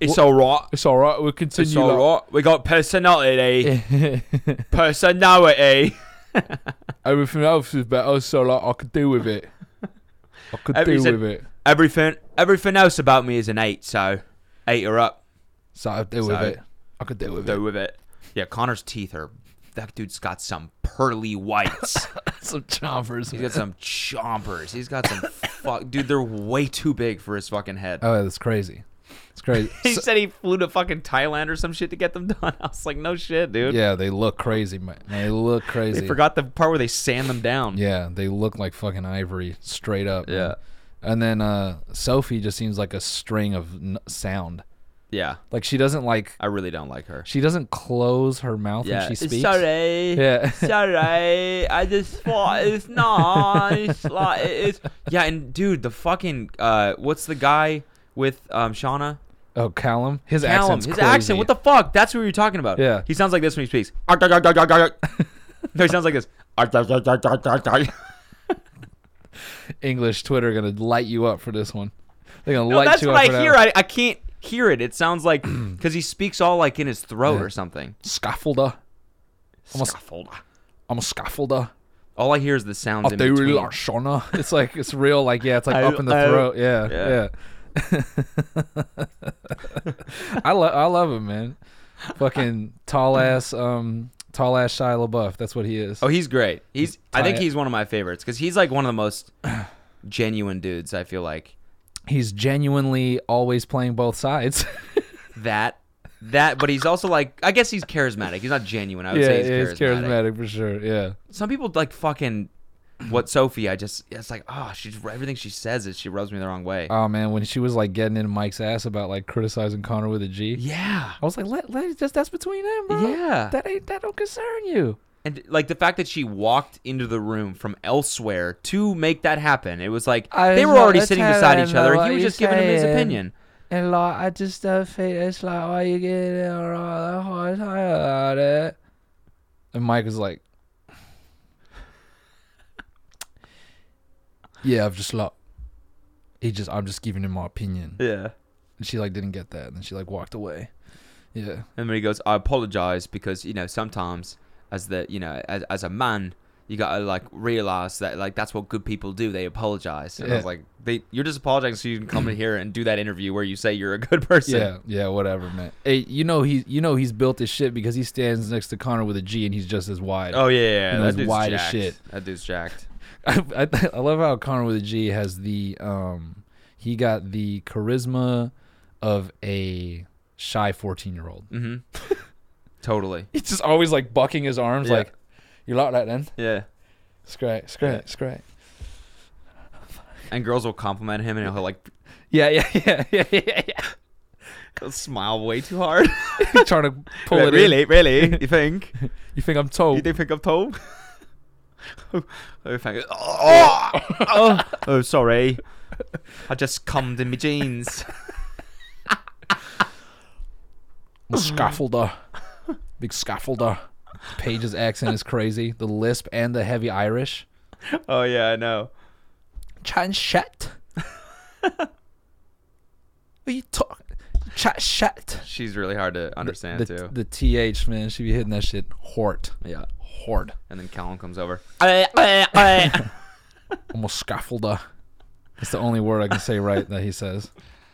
Speaker 1: It's all right.
Speaker 2: It's all right. We'll continue.
Speaker 1: It's all right. We got personality. personality.
Speaker 2: Everything else is better, so like I could deal with it. I could
Speaker 1: Every-
Speaker 2: deal
Speaker 1: deal
Speaker 2: with
Speaker 1: with
Speaker 2: it.
Speaker 1: Everything. Everything else about me is an eight. So eight or up.
Speaker 2: So I deal
Speaker 1: with
Speaker 2: with
Speaker 1: So- it.
Speaker 2: it. I could deal with
Speaker 1: Go
Speaker 2: it.
Speaker 1: with it. Yeah, Connor's teeth are. That dude's got some pearly whites.
Speaker 2: Some chompers.
Speaker 1: He's got some chompers. He's got some fuck, dude. They're way too big for his fucking head.
Speaker 2: Oh, that's crazy. It's crazy.
Speaker 1: he
Speaker 2: So-
Speaker 1: said he flew to fucking Thailand or some shit to get them done. I was like, no shit, dude.
Speaker 2: yeah, they look crazy, man. They look crazy.
Speaker 1: They forgot the part where they sand them down.
Speaker 2: Yeah, they look like fucking ivory, straight up. man.
Speaker 1: Yeah.
Speaker 2: And then uh, Sophie just seems like a string of n- sound.
Speaker 1: Yeah,
Speaker 2: Like she doesn't like
Speaker 1: I really don't like her.
Speaker 2: she doesn't close her mouth
Speaker 1: Yeah,
Speaker 2: when she
Speaker 1: It's
Speaker 2: speaks.
Speaker 1: sorry,
Speaker 2: Yeah.
Speaker 1: sorry. I just thought it's nice. Like it's yeah, and dude, the fucking uh, what's the guy with um Shauna?
Speaker 2: Oh, Callum, his
Speaker 1: Callum,
Speaker 2: accent's
Speaker 1: his
Speaker 2: crazy.
Speaker 1: accent. What the fuck? That's who you're talking about.
Speaker 2: Yeah.
Speaker 1: He sounds like this when he speaks. no, he sounds like this.
Speaker 2: English Twitter gonna light you up for this one? They're gonna
Speaker 1: No,
Speaker 2: light
Speaker 1: that's
Speaker 2: you
Speaker 1: what
Speaker 2: up. for
Speaker 1: I
Speaker 2: that
Speaker 1: hear.
Speaker 2: one.
Speaker 1: I, I can't hear it. It sounds like because he speaks all like in his throat
Speaker 2: Yeah.
Speaker 1: or something.
Speaker 2: Scaffolder. Almost-
Speaker 1: Scaffold.
Speaker 2: I'm a scaffolder.
Speaker 1: All I hear is the sounds
Speaker 2: I
Speaker 1: in
Speaker 2: do
Speaker 1: between.
Speaker 2: really like Shauna. It's like it's real. Like yeah, it's like
Speaker 1: I-
Speaker 2: up in the
Speaker 1: I-
Speaker 2: throat. Yeah,
Speaker 1: yeah.
Speaker 2: yeah. I love I love him, man. Fucking tall ass, um, tall ass Shia LaBeouf. That's what he is.
Speaker 1: Oh, he's great. He's. I think
Speaker 2: tight.
Speaker 1: he's one of my favorites because he's like one of the most genuine dudes. I feel like
Speaker 2: He's genuinely always playing both sides.
Speaker 1: that. That, but he's also like. I guess he's charismatic. He's not genuine. I would
Speaker 2: yeah,
Speaker 1: say he's
Speaker 2: yeah,
Speaker 1: charismatic.
Speaker 2: he's charismatic for sure. Yeah,
Speaker 1: Some people like fucking what Sophie, I just it's like oh she's everything she says is she rubs me the wrong way.
Speaker 2: Oh man, when she was like getting in Mike's ass about like criticizing Connor with a G, I
Speaker 1: yeah,
Speaker 2: was like, let, let it just that's between them, bro.
Speaker 1: yeah,
Speaker 2: That ain't that don't concern you.
Speaker 1: and like the fact that she walked into the room from elsewhere to make that happen, it was like
Speaker 2: I
Speaker 1: they
Speaker 2: was
Speaker 1: were already
Speaker 2: not
Speaker 1: sitting beside
Speaker 2: telling
Speaker 1: each other.
Speaker 2: what
Speaker 1: He was
Speaker 2: you
Speaker 1: just giving him his
Speaker 2: saying.
Speaker 1: opinion.
Speaker 2: And like I just don't think it's like why you getting all tired about it. And Mike was like Yeah, I've just like he just I'm just giving him my opinion.
Speaker 1: Yeah.
Speaker 2: And she like didn't get that and then she like walked away. Yeah.
Speaker 1: And then he goes, I apologize because, you know, sometimes as the, you know, as, as a man, you gotta like realize that like that's what good people do. They apologize. And I was
Speaker 2: Yeah.
Speaker 1: like, they, you're just apologizing so you can come in here and do that interview where you say you're a good person.
Speaker 2: Yeah, yeah, whatever, man. Hey, you know he you know he's built as shit because he stands next to Connor with a G and he's just as wide.
Speaker 1: Oh yeah, yeah, yeah.
Speaker 2: And
Speaker 1: that
Speaker 2: he's
Speaker 1: dude's
Speaker 2: wide as
Speaker 1: jacked.
Speaker 2: shit.
Speaker 1: That dude's jacked.
Speaker 2: I, I, th- I love how Connor with a G has the um he got the charisma of a shy 14 year old.
Speaker 1: hmm totally.
Speaker 2: Mm. He's just always like bucking his arms
Speaker 1: Yeah.
Speaker 2: like you like that then?
Speaker 1: Yeah.
Speaker 2: It's great, it's great, it's great.
Speaker 1: And girls will compliment him and he'll like
Speaker 2: Yeah, yeah, yeah, yeah, yeah, yeah.
Speaker 1: he'll smile way too hard.
Speaker 2: Trying to pull
Speaker 1: Like,
Speaker 2: it
Speaker 1: really, really? You think?
Speaker 2: in. You think I'm told?
Speaker 1: You think pick up Tom? oh, thank- oh, oh, oh, sorry. I just cummed in my jeans.
Speaker 2: I'm a scaffolder. Big scaffolder. Paige's accent is crazy. The lisp and the heavy Irish.
Speaker 1: Oh yeah, I know.
Speaker 2: Chan shit. what you talking? Chat shit.
Speaker 1: She's really hard to understand
Speaker 2: the,
Speaker 1: too.
Speaker 2: The th man, she be hitting that shit hort,
Speaker 1: yeah.
Speaker 2: hort.
Speaker 1: And then Callum comes over.
Speaker 2: Almost scaffolder. It's the only word I can say right that he says.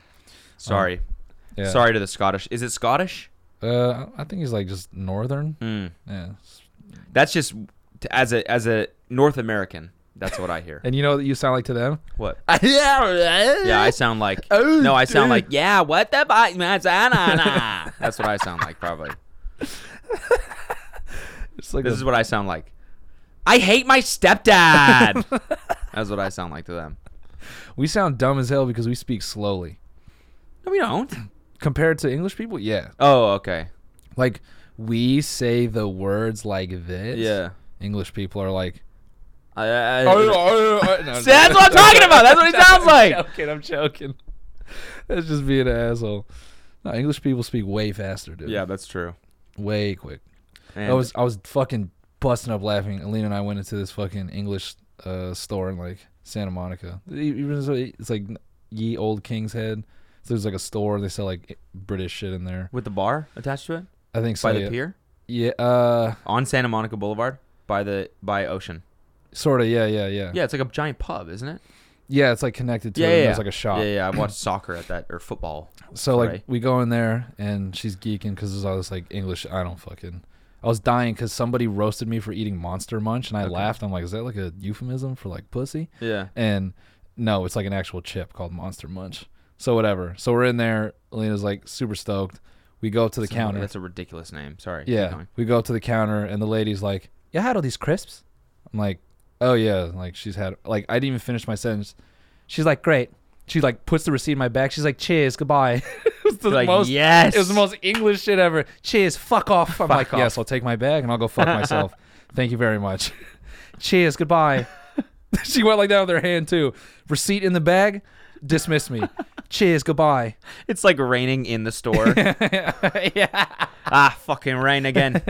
Speaker 1: Sorry.
Speaker 2: Yeah.
Speaker 1: Sorry to the Scottish. Is it Scottish?
Speaker 2: Uh, I think he's like just northern.
Speaker 1: Hmm.
Speaker 2: Yeah.
Speaker 1: That's just t- as a as a North American. That's what I hear.
Speaker 2: And you know what you sound like to them?
Speaker 1: What?
Speaker 2: yeah.
Speaker 1: Yeah, I sound like.
Speaker 2: Oh,
Speaker 1: No, I sound
Speaker 2: dude.
Speaker 1: like. Yeah, what the fuck, man? That's what I sound like, probably.
Speaker 2: It's like
Speaker 1: This
Speaker 2: the-
Speaker 1: is what I sound like. I hate my stepdad. That's what I sound like to them.
Speaker 2: we sound dumb as hell because we speak slowly
Speaker 1: No, we don't.
Speaker 2: compared to English people. Yeah.
Speaker 1: Oh, okay.
Speaker 2: Like we say the words like this.
Speaker 1: Yeah.
Speaker 2: English people are like.
Speaker 1: I, I,
Speaker 2: Oh,
Speaker 1: oh, See,
Speaker 2: that's
Speaker 1: that's what I'm talking about. That's what he sounds like.
Speaker 2: joking. I'm joking. That's just being an asshole. No, English people speak way faster, dude.
Speaker 1: Yeah, that's true.
Speaker 2: way quick.
Speaker 1: And
Speaker 2: I was I was fucking busting up laughing. Alina and I went into this fucking English uh, store in like Santa Monica. E, Even so, it's like ye old King's Head. So there's like a store. They sell like British shit in there.
Speaker 1: with the bar attached to it
Speaker 2: I think so.
Speaker 1: by the
Speaker 2: yeah.
Speaker 1: pier
Speaker 2: yeah. Uh,
Speaker 1: on Santa Monica Boulevard by the by ocean.
Speaker 2: sort of. Yeah, yeah, yeah.
Speaker 1: Yeah, it's like a giant pub, isn't it?
Speaker 2: Yeah, it's like connected to
Speaker 1: Yeah,
Speaker 2: it.
Speaker 1: yeah,
Speaker 2: and
Speaker 1: yeah.
Speaker 2: There's like a shop.
Speaker 1: Yeah, yeah. I watched soccer at that or football.
Speaker 2: So like
Speaker 1: Right.
Speaker 2: we go in there and she's geeking because there's all this like English. I don't fucking. I was dying because somebody roasted me for eating Monster Munch and I
Speaker 1: Okay.
Speaker 2: laughed. I'm like, is that like a euphemism for like pussy?
Speaker 1: Yeah.
Speaker 2: And no, it's like an actual chip called Monster Munch. So whatever. So we're in there. Elena's like super stoked. We go up to the
Speaker 1: That's a-
Speaker 2: counter.
Speaker 1: That's a ridiculous name. Sorry. Keep
Speaker 2: Yeah,
Speaker 1: going.
Speaker 2: we go up to the counter and the lady's like, "Yeah, I had all these crisps." I'm like, "Oh yeah," like she's had like I didn't even finish my sentence. She's like, "Great." She like puts the receipt in my back. She's like, "Cheers, goodbye." it was the
Speaker 1: You're Like
Speaker 2: most
Speaker 1: yes.
Speaker 2: it was the most English shit ever. Cheers, fuck off. I'm like,
Speaker 1: off.
Speaker 2: yes, I'll take my bag and I'll go fuck myself. Thank you very much. Cheers, goodbye. she went like that with her hand too. Receipt in the bag, dismiss me. Cheers, goodbye.
Speaker 1: It's like raining in the store.
Speaker 2: yeah.
Speaker 1: ah, fucking rain again.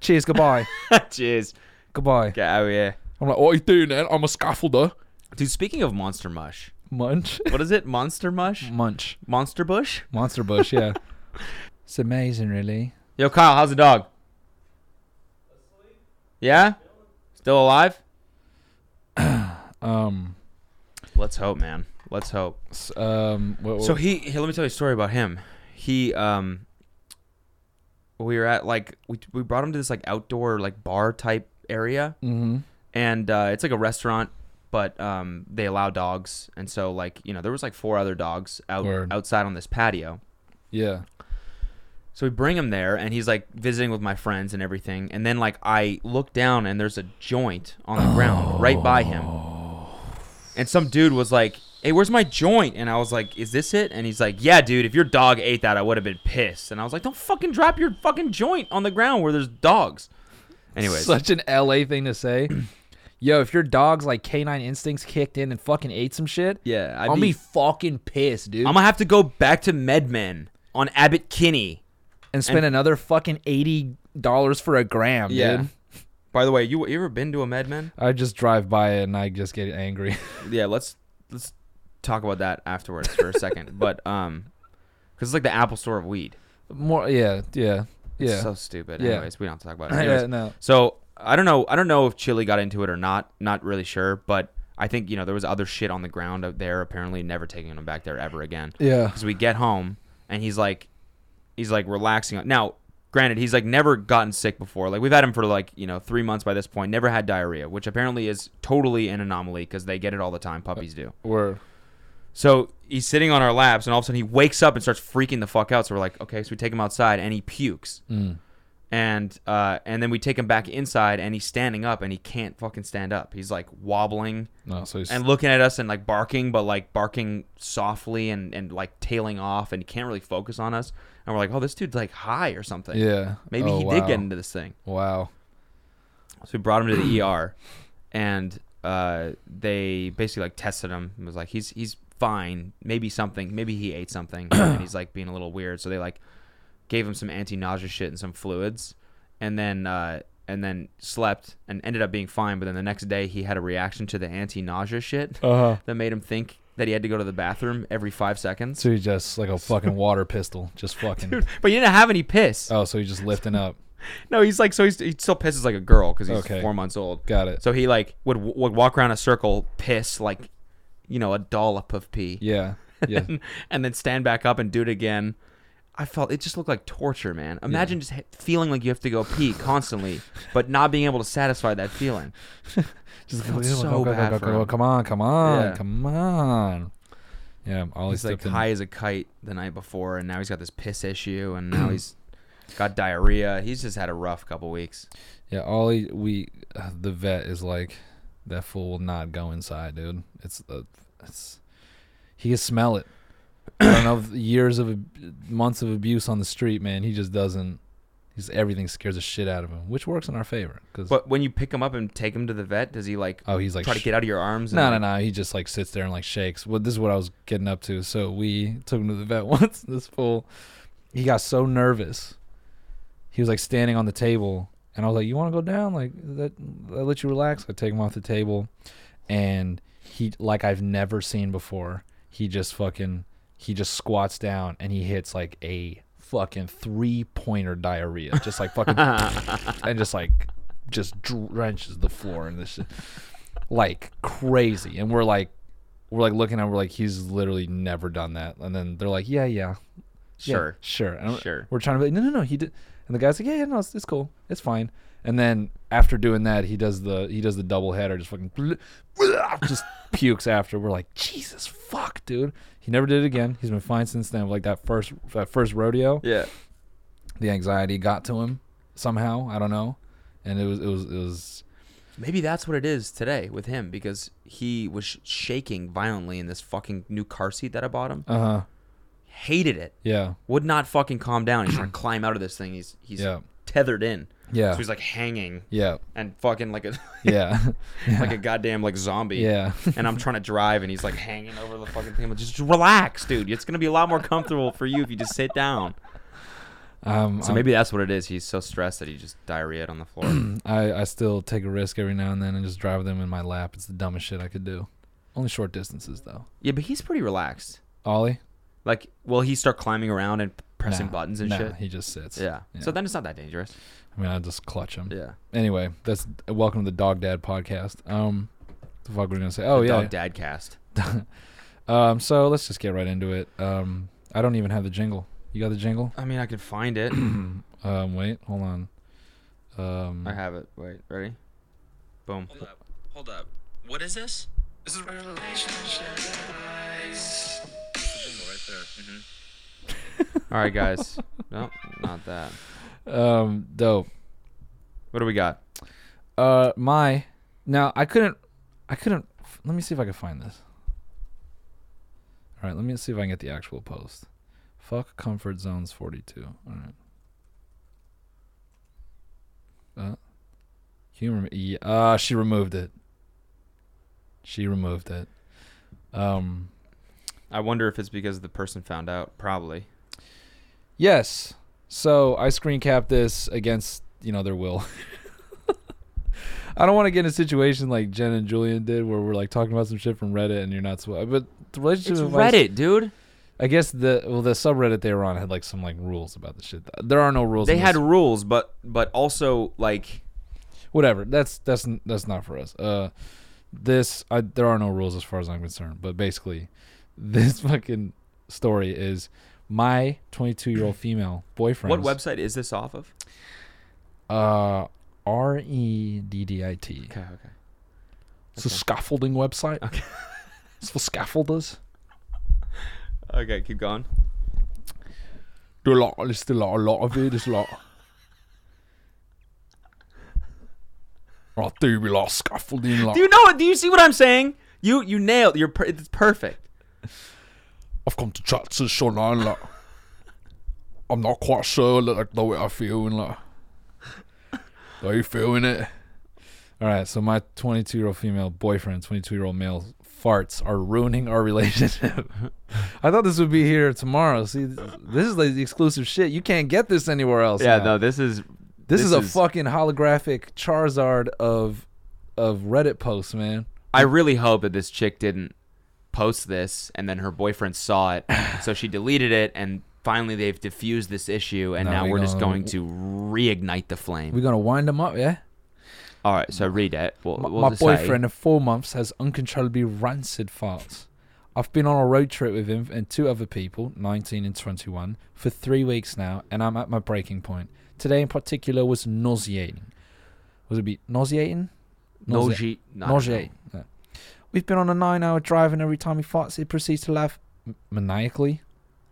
Speaker 2: Cheers, goodbye.
Speaker 1: Cheers.
Speaker 2: goodbye.
Speaker 1: Get out of here.
Speaker 2: I'm like, what are you doing, man? I'm a scaffolder.
Speaker 1: Dude, speaking of Monster Mush,
Speaker 2: Munch.
Speaker 1: what is it? Monster Mush?
Speaker 2: Munch.
Speaker 1: Monster Bush?
Speaker 2: Monster Bush, yeah. it's amazing, really.
Speaker 1: Yo, Kyle, how's the dog? Yeah? Still alive?
Speaker 2: Um,
Speaker 1: Let's hope, man. Let's hope.
Speaker 2: s- um, what,
Speaker 1: So he, he- let me tell you a story about him. He, um, we were at like we we brought him to this like outdoor like bar type area,
Speaker 3: mm-hmm.
Speaker 2: hmm
Speaker 1: and uh, it's like a restaurant, but um, they allow dogs, and so like you know there was like four other dogs out
Speaker 2: Word.
Speaker 1: outside on this patio,
Speaker 2: yeah.
Speaker 1: So we bring him there, and he's like visiting with my friends and everything. And then like I look down, and there's a joint on the ground right by him. And some dude was like, "Hey, where's my joint?" And I was like, "Is this it?" And he's like, "Yeah, dude. If your dog ate that, I would have been pissed." And I was like, "Don't fucking drop your fucking joint on the ground where there's dogs." Anyways,
Speaker 3: Such an LA thing to say. Yo, if your dog's like canine instincts kicked in and fucking ate some shit,
Speaker 1: yeah,
Speaker 3: i
Speaker 1: I'd
Speaker 3: am
Speaker 1: be,
Speaker 3: be fucking pissed, dude.
Speaker 1: I'm gonna have to go back to MedMen on Abbott Kinney.
Speaker 3: and spend another fucking eighty dollars for a gram, dude.
Speaker 1: By the way, you, you ever been to a MedMen?
Speaker 2: I just drive by it and I just get angry.
Speaker 1: yeah let's let's talk about that afterwards for a second but um because it's like the apple store of weed
Speaker 2: More, yeah, yeah,
Speaker 1: It's
Speaker 2: yeah,
Speaker 1: so stupid
Speaker 2: Yeah.
Speaker 1: anyways we don't have to talk about it
Speaker 2: yeah.
Speaker 1: Anyways,
Speaker 2: No,
Speaker 1: so i don't know i don't know if chili got into it or not not really sure but i think you know there was other shit on the ground out there apparently never taking him back there ever again
Speaker 2: yeah.
Speaker 1: because we get home and he's like he's like relaxing now granted he's like never gotten sick before like we've had him for like you know three months by this point never had diarrhea which apparently is totally an anomaly because they get it all the time puppies do
Speaker 2: Word.
Speaker 1: so he's sitting on our laps, and all of a sudden he wakes up and starts freaking the fuck out. So we're like, okay, so we take him outside, and he pukes,
Speaker 2: Mm.
Speaker 1: and uh, and then we take him back inside, and he's standing up, and he can't fucking stand up. He's like wobbling
Speaker 2: No, so he's
Speaker 1: and looking at us and like barking, but like barking softly and and like tailing off, and he can't really focus on us. And we're like, oh, this dude's like high or something.
Speaker 2: yeah.
Speaker 1: Maybe
Speaker 2: Oh,
Speaker 1: he
Speaker 2: wow.
Speaker 1: did get into this thing.
Speaker 2: Wow.
Speaker 1: So we brought him to the ER, and uh, they basically like tested him and was like, he's he's fine. Maybe something. Maybe he ate something, and he's like being a little weird. So they like gave him some anti-nausea shit and some fluids, and then uh, and then slept and ended up being fine. But then the next day he had a reaction to the anti-nausea shit
Speaker 2: Uh huh.
Speaker 1: that made him think that he had to go to the bathroom every five seconds.
Speaker 2: So he just like a fucking water pistol, just fucking.
Speaker 1: But he didn't have any piss.
Speaker 2: Oh, so he's just lifting up.
Speaker 1: No, he's like so he's, he still pisses like a girl because he's
Speaker 2: Okay.
Speaker 1: four months old.
Speaker 2: Got it.
Speaker 1: So he like would would walk around a circle, piss like, you know, a dollop of pee,
Speaker 2: Yeah. Yeah.
Speaker 1: and then stand back up and do it again. I felt it just looked like torture, man. Imagine just he- feeling like you have to go pee constantly, but not being able to satisfy that feeling.
Speaker 2: just
Speaker 1: felt so bad for him.
Speaker 2: Come on, come on,
Speaker 1: Yeah.
Speaker 2: come on. Yeah, Ollie
Speaker 1: He's like
Speaker 2: Tipton.
Speaker 1: high as a kite the night before, and now he's got this piss issue, and now he's got diarrhea. He's just had a rough couple weeks.
Speaker 2: Yeah, Ollie, we uh, the vet is like that fool will not go inside, dude. It's uh, it's he can smell it. I don't know, if years of ab- months of abuse on the street, man. He just doesn't. He's everything scares the shit out of him, which works in our favor. Cause
Speaker 1: But when you pick him up and take him to the vet, does he like,
Speaker 2: oh, he's like
Speaker 1: try to
Speaker 2: sh-
Speaker 1: get out of your arms?
Speaker 2: No,
Speaker 1: and,
Speaker 2: no,
Speaker 1: like-
Speaker 2: no. He just like sits there and like shakes. Well, this is what I was getting up to. So we took him to the vet once. This fool, he got so nervous. He was like standing on the table, and I was like, "You want to go down? Like that? I let you relax." I take him off the table, and he like I've never seen before. He just fucking he just squats down and he hits like a fucking three pointer diarrhea, just like fucking and just like just drenches the floor and this shit like crazy and we're like we're like looking at him, we're like he's literally never done that and then they're like yeah yeah yeah,
Speaker 1: Sure.
Speaker 2: sure and I'm-
Speaker 1: Sure.
Speaker 2: we're trying to be like no no no he did and the guy's like yeah yeah no it's, it's cool it's fine and then after doing that he does the he does the double header just fucking just pukes after we're like jesus fuck dude he never did it again he's been fine since then like that first that first rodeo
Speaker 1: Yeah.
Speaker 2: the anxiety got to him somehow i don't know and it was it was it was
Speaker 1: Maybe that's what it is today with him because he was sh- shaking violently in this fucking new car seat that I bought him.
Speaker 2: uh-huh
Speaker 1: Hated it.
Speaker 2: yeah
Speaker 1: Would not fucking calm down. He's trying to climb out of this thing. He's he's
Speaker 2: Yeah.
Speaker 1: tethered in.
Speaker 2: yeah
Speaker 1: So he's like hanging
Speaker 2: yeah
Speaker 1: and fucking like a
Speaker 2: yeah
Speaker 1: like a goddamn like zombie.
Speaker 2: yeah
Speaker 1: And I'm trying to drive and he's like hanging over the fucking thing. I'm like, just relax, dude. It's gonna be a lot more comfortable for you if you just sit down.
Speaker 2: um
Speaker 1: So maybe that's what it is. He's so stressed that he just diarrhea on the floor.
Speaker 2: I, I still take a risk every now and then and just drive them in my lap it's the dumbest shit i could do only short distances though
Speaker 1: yeah, but he's pretty relaxed.
Speaker 2: ollie
Speaker 1: Like, will he start climbing around and pressing
Speaker 2: Nah,
Speaker 1: buttons and
Speaker 2: nah,
Speaker 1: shit?
Speaker 2: he just sits
Speaker 1: Yeah.
Speaker 2: Yeah.
Speaker 1: So then it's not that dangerous.
Speaker 2: i mean i just clutch him
Speaker 1: Yeah.
Speaker 2: anyway that's welcome to the dog dad podcast um the fuck we're gonna say oh yeah
Speaker 1: Dog dad cast.
Speaker 2: um so let's just get right into it um i don't even have the jingle you got the jingle
Speaker 1: I mean, I can find it.
Speaker 2: Um, wait, hold on. Um,
Speaker 1: I have it. Wait, ready? Boom.
Speaker 4: Hold up. Hold up. What is this? This is relationship advice. right there.
Speaker 1: All right, guys. nope, not that.
Speaker 2: Um, dope.
Speaker 1: What do we got?
Speaker 2: Uh, my now I couldn't, I couldn't. Let me see if I can find this. All right, let me see if I can get the actual post. Fuck comfort zones forty two. All right. Uh, humor. Yeah, uh, she removed it. She removed it. Um.
Speaker 1: I wonder if it's because the person found out. Probably.
Speaker 2: Yes. So I screen capped this against you know their will. I don't want to get in a situation like Jen and Julian did, where we're like talking about some shit from Reddit and you're not supposed. But the relationship
Speaker 1: It's
Speaker 2: advice-
Speaker 1: Reddit, dude.
Speaker 2: I guess the well the subreddit they were on had like some like rules about the shit. There are no rules.
Speaker 1: They
Speaker 2: in
Speaker 1: had
Speaker 2: this.
Speaker 1: rules, but but also like
Speaker 2: whatever. That's that's n- that's not for us. Uh, this I, there are no rules as far as I'm concerned. But basically, this fucking story is my 22 year old female boyfriend.
Speaker 1: what website is this off of?
Speaker 2: Uh, R E D D I T.
Speaker 1: Okay, okay.
Speaker 2: It's a scaffolding website.
Speaker 1: Okay.
Speaker 2: it's for scaffolders.
Speaker 1: Okay, keep going. er
Speaker 2: Do a lot. There's a lot. A lot of it. There's a lot. I
Speaker 1: er
Speaker 2: do a lot of scaffolding. Like,
Speaker 1: Do you know it? Do you see what I'm saying? You you nailed. You're per- it's perfect.
Speaker 2: I've come to chat to Shonan, like, I'm not quite sure, like, the way I feel, and like, are you feeling it? All right, so my 22 year old female boyfriend, 22 year old male farts are ruining our relationship. I thought this would be here tomorrow. See, th- this is like the exclusive shit. You can't get this anywhere else.
Speaker 1: Yeah,
Speaker 2: now.
Speaker 1: no, this is
Speaker 2: This,
Speaker 1: is-
Speaker 2: is, a fucking holographic Charizard of of Reddit posts, man.
Speaker 1: I really hope that this chick didn't post this and then her boyfriend saw it, so she deleted it, and finally they've diffused this issue, and
Speaker 2: No,
Speaker 1: now
Speaker 2: we
Speaker 1: we're just
Speaker 2: gonna-
Speaker 1: going to reignite the
Speaker 2: We're
Speaker 1: flame.
Speaker 2: gonna wind them up, yeah.
Speaker 1: All right, so read it. We'll,
Speaker 2: My,
Speaker 1: we'll
Speaker 2: my
Speaker 1: decide.
Speaker 2: boyfriend of four months has uncontrollably rancid farts. I've been on a road trip with him and two other people, 19 and 21, for three weeks now, and I'm at my breaking point. Today in particular was nauseating. Was it be nauseating?
Speaker 1: No,
Speaker 2: Nausea-
Speaker 1: she- no, no, no.
Speaker 2: nauseating. Yeah. We've been on a nine-hour drive, and every time he farts, he proceeds to laugh m- maniacally,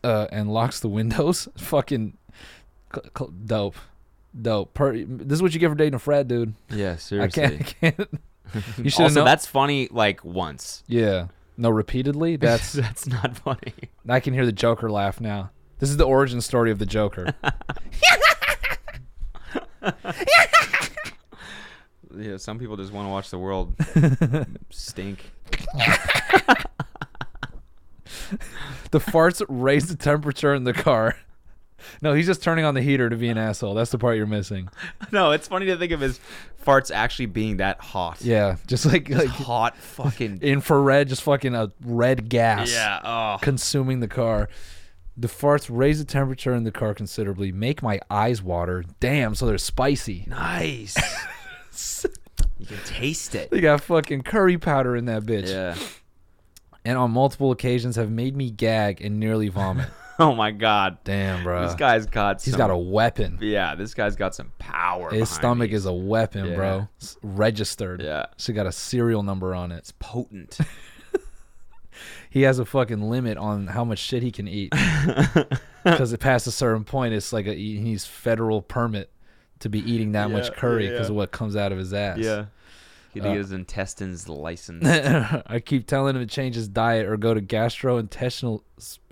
Speaker 2: uh, and locks the windows. Fucking c- c- dope, dope. Per- this is what you get for dating a Fred, dude.
Speaker 1: Yeah,
Speaker 2: I
Speaker 1: seriously.
Speaker 2: can't. I can't. you should
Speaker 1: Also,
Speaker 2: know.
Speaker 1: that's funny like once.
Speaker 2: Yeah. No, repeatedly. That's
Speaker 1: that's not funny.
Speaker 2: I can hear the Joker laugh now. This is the origin story of the Joker.
Speaker 1: Yeah, some people just want to watch the world stink.
Speaker 2: the farts raise the temperature in the car. No, he's just turning on the heater to be an asshole. That's the part you're missing.
Speaker 1: No, it's funny to think of his farts actually being that hot.
Speaker 2: Yeah, just like
Speaker 1: Just
Speaker 2: like
Speaker 1: hot fucking.
Speaker 2: infrared, just fucking a red gas.
Speaker 1: yeah. Oh.
Speaker 2: consuming the car. The farts raise the temperature in the car considerably, make my eyes water. Damn, so they're spicy.
Speaker 1: Nice. you can taste it.
Speaker 2: They got fucking curry powder in that bitch.
Speaker 1: Yeah.
Speaker 2: And on multiple occasions have made me gag and nearly vomit.
Speaker 1: Oh my god.
Speaker 2: Damn, bro.
Speaker 1: This guy's got.
Speaker 2: Uh, He's
Speaker 1: some,
Speaker 2: got a weapon.
Speaker 1: Yeah, this guy's got some power.
Speaker 2: His stomach is a weapon,
Speaker 1: Yeah.
Speaker 2: bro. It's registered.
Speaker 1: Yeah.
Speaker 2: So he got a serial number on it.
Speaker 1: potent.
Speaker 2: He has a fucking limit on how much shit he can eat. Because it past a certain point, it's like a, he needs federal permit to be eating that
Speaker 1: Yeah,
Speaker 2: much curry
Speaker 1: yeah,
Speaker 2: because of
Speaker 1: yeah.
Speaker 2: what comes out of his ass.
Speaker 1: yeah. He
Speaker 2: Uh,
Speaker 1: get his intestines licensed.
Speaker 2: I keep telling him to change his diet or go to gastrointestinal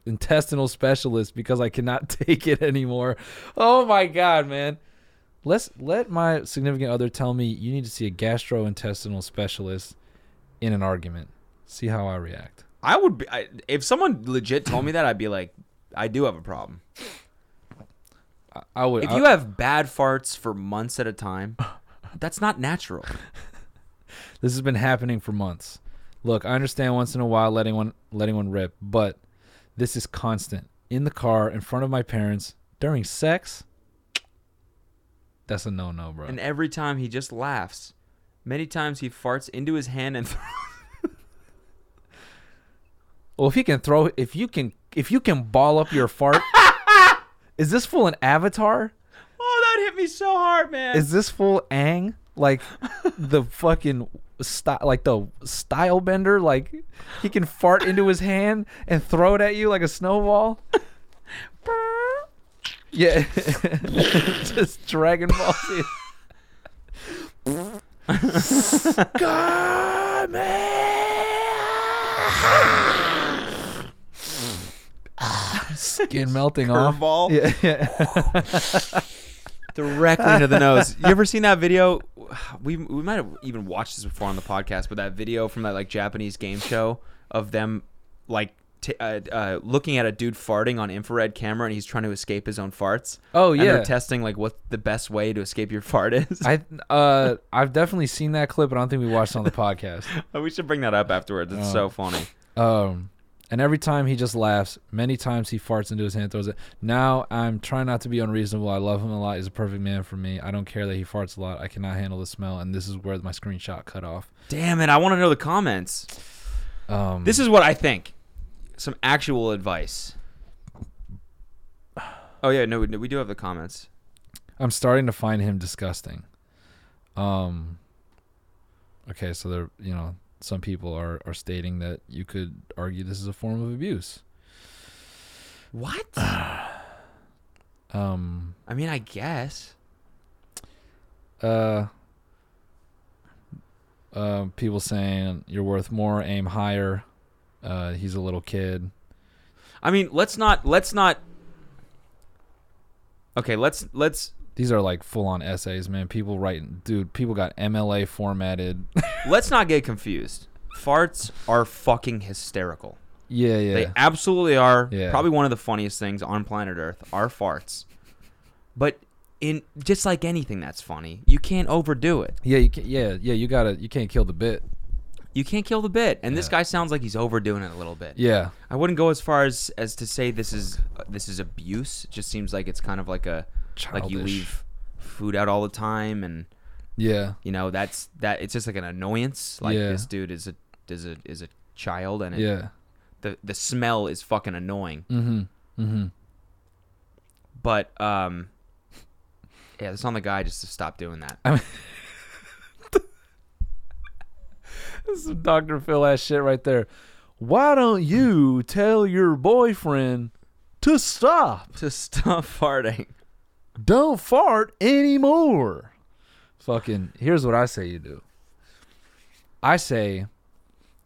Speaker 2: intestinal specialist because I cannot take it anymore. Oh my god, man. Let's let my significant other tell me you need to see a gastrointestinal specialist in an argument. See how I react.
Speaker 1: I would be I, if someone legit told me that I'd be like, I do have a problem.
Speaker 2: I, I would
Speaker 1: If
Speaker 2: I-
Speaker 1: you have bad farts for months at a time, that's not natural.
Speaker 2: This has been happening for months. Look, I understand once in a while letting one letting one rip, but this is constant. In the car, in front of my parents, during sex. That's a no no, bro.
Speaker 1: And every time he just laughs. Many times he farts into his hand and throws.
Speaker 2: well, if he can throw, if you can, if you can ball up your fart, is this full an avatar?
Speaker 1: Oh, that hit me so hard, man.
Speaker 2: Is this full Ang? Like the fucking style, like the style bender. Like he can fart into his hand and throw it at you like a snowball. Yeah, just Dragon Ball Z. Skin melting off.
Speaker 1: Curveball
Speaker 2: Yeah, yeah.
Speaker 1: directly into the nose. You ever seen that video? We we might have even watched this before on the podcast, but that video from that like Japanese game show of them like t- uh, uh, looking at a dude farting on infrared camera, and he's trying to escape his own farts.
Speaker 2: Oh,
Speaker 1: and they're
Speaker 2: yeah.
Speaker 1: testing like what the best way to escape your fart is.
Speaker 2: I uh, I've definitely seen that clip, but I don't think we watched it on the podcast.
Speaker 1: we should bring that up afterwards. It's
Speaker 2: Oh.
Speaker 1: so funny.
Speaker 2: Um, and every time he just laughs. Many times he farts into his hand, throws it. Now I'm trying not to be unreasonable. I love him a lot. He's a perfect man for me. I don't care that he farts a lot. I cannot handle the smell, and this is where my screenshot cut off.
Speaker 1: Damn it! I want to know the comments.
Speaker 2: Um,
Speaker 1: This is what I think. Some actual advice. Oh yeah, no, we- we do have the comments.
Speaker 2: I'm starting to find him disgusting. Um. Okay, so there, you know, some people are are stating that you could argue this is a form of abuse.
Speaker 1: What?
Speaker 2: Um.
Speaker 1: I mean, I guess.
Speaker 2: uh, uh, people saying you're worth more, aim higher. Uh, he's a little kid.
Speaker 1: I mean, let's not let's not Okay, let's let's
Speaker 2: These are like full on essays, man. People writing, dude. People got MLA formatted.
Speaker 1: let's not get confused. Farts are fucking hysterical.
Speaker 2: yeah, yeah.
Speaker 1: They absolutely are.
Speaker 2: Yeah.
Speaker 1: Probably one of the funniest things on planet Earth are farts. But in just like anything that's funny, you can't overdo it.
Speaker 2: yeah, you can, yeah, yeah. You gotta. You can't kill the bit.
Speaker 1: You can't kill the bit. And this
Speaker 2: Yeah.
Speaker 1: guy sounds like he's overdoing it a little bit.
Speaker 2: Yeah,
Speaker 1: I wouldn't go as far as as to say this is uh, this is abuse. It just seems like it's kind of like a like you
Speaker 2: Childish.
Speaker 1: leave food out all the time and
Speaker 2: yeah,
Speaker 1: you know that's that it's just like an annoyance like
Speaker 2: Yeah.
Speaker 1: this dude is a is a is a child and it,
Speaker 2: yeah.
Speaker 1: the the smell is fucking annoying
Speaker 2: Mm-hmm. Mm-hmm.
Speaker 1: but um yeah it's on the guy just to stop doing that
Speaker 2: This is some Dr. Phil ass shit right there. Why don't you tell your boyfriend to stop?
Speaker 1: to stop farting
Speaker 2: don't fart anymore. Fucking, here's what I say you do. I say,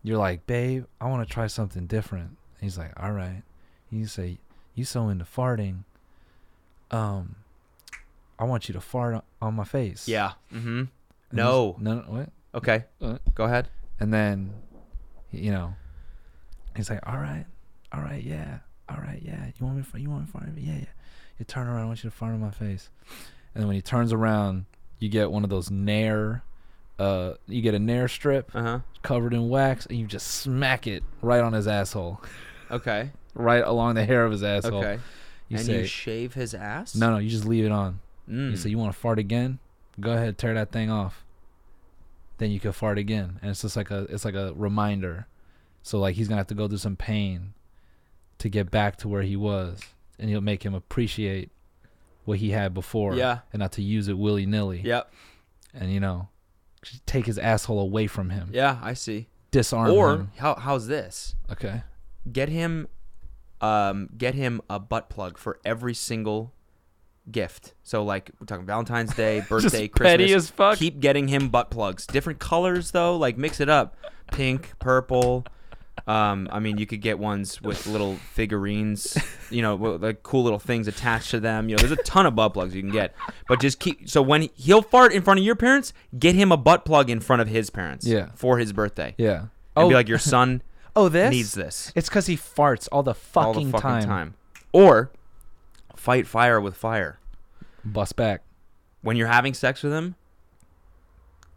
Speaker 2: you're like, babe, I want to try something different. He's like, all right. You say, you so into farting. Um, I want you to fart on- on my face.
Speaker 1: yeah mm-hmm
Speaker 2: And he's-
Speaker 1: no
Speaker 2: No, no, what?
Speaker 1: okay
Speaker 2: Uh.
Speaker 1: go ahead
Speaker 2: And then, you know, he's like, "All right, all right, yeah, all right, yeah. You want me? To, you want me to fart? on you? Yeah, yeah. You turn around. I want you to fart in my face." And then when he turns around, you get one of those nair. Uh, you get a nair strip
Speaker 1: uh-huh
Speaker 2: covered in wax, and you just smack it right on his asshole,
Speaker 1: okay
Speaker 2: right along the hair of his asshole.
Speaker 1: okay
Speaker 2: You
Speaker 1: and
Speaker 2: say,
Speaker 1: you shave his ass
Speaker 2: "No, no, you just leave it on." You
Speaker 1: Mm.
Speaker 2: say, "You want to fart again? Go ahead, tear that thing off." Then you can fart again, and it's just like a it's like a reminder. So like he's gonna have to go through some pain to get back to where he was, and he'll make him appreciate what he had before,
Speaker 1: Yeah.
Speaker 2: and not to use it willy nilly.
Speaker 1: yep
Speaker 2: and you know, just take his asshole away from him,
Speaker 1: yeah i see
Speaker 2: disarm
Speaker 1: or
Speaker 2: him.
Speaker 1: how, how's this
Speaker 2: Okay,
Speaker 1: get him um get him a butt plug for every single gift so like we're talking valentine's day birthday christmas
Speaker 2: petty as fuck.
Speaker 1: keep getting him butt plugs different colors though like mix it up pink purple um i mean you could get ones with little figurines you know wi- like cool little things attached to them you know there's a ton of butt plugs you can get but just keep so when he- he'll fart in front of your parents get him a butt plug in front of his parents
Speaker 2: Yeah.
Speaker 1: for his birthday
Speaker 2: yeah.
Speaker 1: and be like your son
Speaker 2: oh, this
Speaker 1: needs this
Speaker 2: It's because he farts all the fucking,
Speaker 1: all the fucking time. Or fight fire with fire.
Speaker 2: Bust back.
Speaker 1: When you're having sex with him,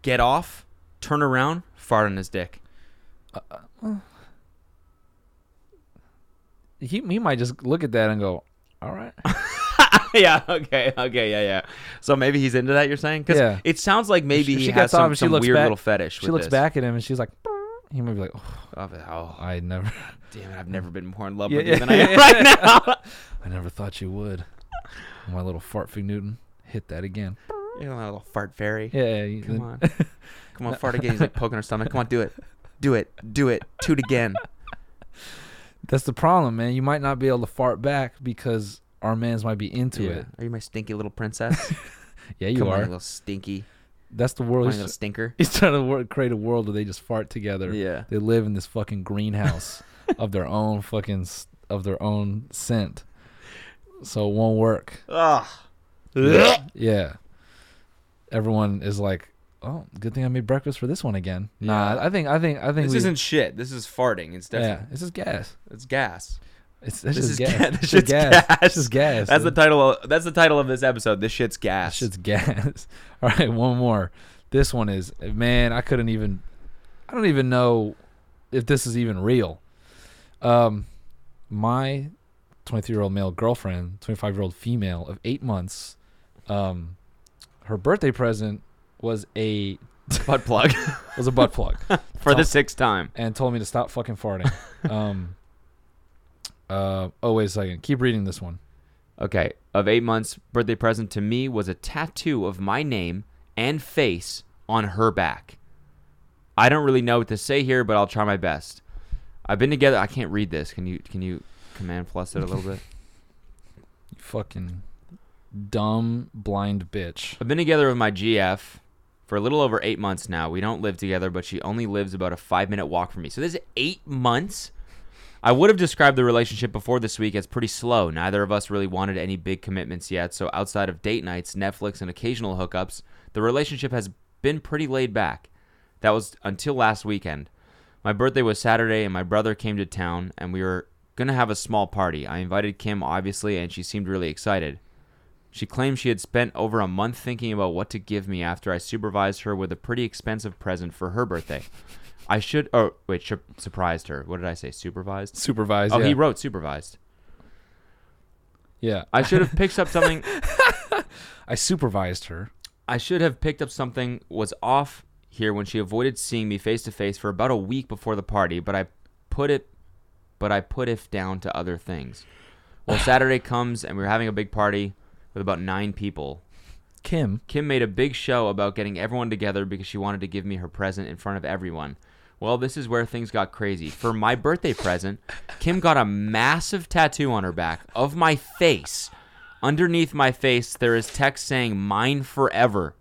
Speaker 1: get off, turn around, fart on his dick.
Speaker 2: He he might just look at that and go, "All right."
Speaker 1: yeah, okay, okay, yeah, yeah. So maybe he's into that, you're saying? Because
Speaker 2: Yeah.
Speaker 1: it sounds like maybe
Speaker 2: She-
Speaker 1: he
Speaker 2: she
Speaker 1: has
Speaker 2: gets off
Speaker 1: some,
Speaker 2: and she
Speaker 1: some
Speaker 2: looks
Speaker 1: weird
Speaker 2: back-
Speaker 1: little fetish
Speaker 2: She
Speaker 1: with
Speaker 2: looks
Speaker 1: this.
Speaker 2: back at him and she's like, "Brr." he might be like, oh,
Speaker 1: Oh, but- oh,
Speaker 2: I never,
Speaker 1: damn it, I've never been more in love
Speaker 2: Yeah,
Speaker 1: with
Speaker 2: yeah.
Speaker 1: you than I am right now.
Speaker 2: I never thought you would. My little fart fig Newton hit that again.
Speaker 1: You're a little fart fairy.
Speaker 2: Yeah, yeah, you-
Speaker 1: Come on. Come on, fart again. He's like poking her stomach. Come on, do it. Do it. Do it. Toot again.
Speaker 2: that's the problem, man. You might not be able to fart back because our mans might be into it.
Speaker 1: Are you my stinky little princess?
Speaker 2: Yeah, you
Speaker 1: Come on,
Speaker 2: are.
Speaker 1: you little stinky,
Speaker 2: That's the
Speaker 1: my
Speaker 2: world.
Speaker 1: little stinker.
Speaker 2: He's trying to work, create a world where they just fart together.
Speaker 1: Yeah.
Speaker 2: They live in this fucking greenhouse of their own fucking s- of their own scent. So it won't work.
Speaker 1: Ugh.
Speaker 2: Yeah. Everyone is like, "Oh, good thing I made breakfast for this one again." Nah, I think I think I think
Speaker 1: This
Speaker 2: we,
Speaker 1: isn't shit. This is farting. It's
Speaker 2: Yeah,
Speaker 1: definitely
Speaker 2: this is gas.
Speaker 1: it's gas.
Speaker 2: It's this,
Speaker 1: This
Speaker 2: is,
Speaker 1: is
Speaker 2: gas.
Speaker 1: gas.
Speaker 2: This
Speaker 1: This
Speaker 2: is
Speaker 1: shit's
Speaker 2: gas. This
Speaker 1: gas.
Speaker 2: is gas.
Speaker 1: That's the
Speaker 2: dude.
Speaker 1: title. Of, that's the title of this episode. This shit's gas.
Speaker 2: This shit's gas. All right, one more. This one is man. I couldn't even. I don't even know if this is even real. Um, my 23 year old male girlfriend, 25 year old female of eight months. Um, her birthday present was a
Speaker 1: butt plug
Speaker 2: was a butt plug.
Speaker 1: for the sixth time.
Speaker 2: and told me to stop fucking farting. Um, uh, oh wait a second. Keep reading this one.
Speaker 1: Okay, of eight months, birthday present to me was a tattoo of my name and face on her back. I don't really know what to say here, but I'll try my best. I've been together. I can't read this. Can you? Can you command plus it a little bit?
Speaker 2: You fucking dumb blind bitch.
Speaker 1: I've been together with my GF for a little over eight months now. We don't live together, but she only lives about a five minute walk from me. So this is eight months. I would have described the relationship before this week as pretty slow. Neither of us really wanted any big commitments yet, so outside of date nights, Netflix, and occasional hookups, the relationship has been pretty laid back. That was until last weekend. My birthday was Saturday, and my brother came to town, and we were going to have a small party. I invited Kim, obviously, and she seemed really excited. She claimed she had spent over a month thinking about what to give me after I supervised her with a pretty expensive present for her birthday. I should. Oh, wait, sh- surprised her. What did I say? Supervised?
Speaker 2: Supervised.
Speaker 1: Oh,
Speaker 2: yeah.
Speaker 1: he wrote supervised.
Speaker 2: Yeah, I,
Speaker 1: I should have picked up something.
Speaker 2: I supervised her.
Speaker 1: I should have picked up something was off here when she avoided seeing me face to face for about a week before the party, but I put it but I put if down to other things. Well, Saturday comes and we we're having a big party with about 9 people.
Speaker 2: Kim.
Speaker 1: Kim made a big show about getting everyone together because she wanted to give me her present in front of everyone. Well, this is where things got crazy. For my birthday present, Kim got a massive tattoo on her back of my face. Underneath my face, there is text saying "Mine forever."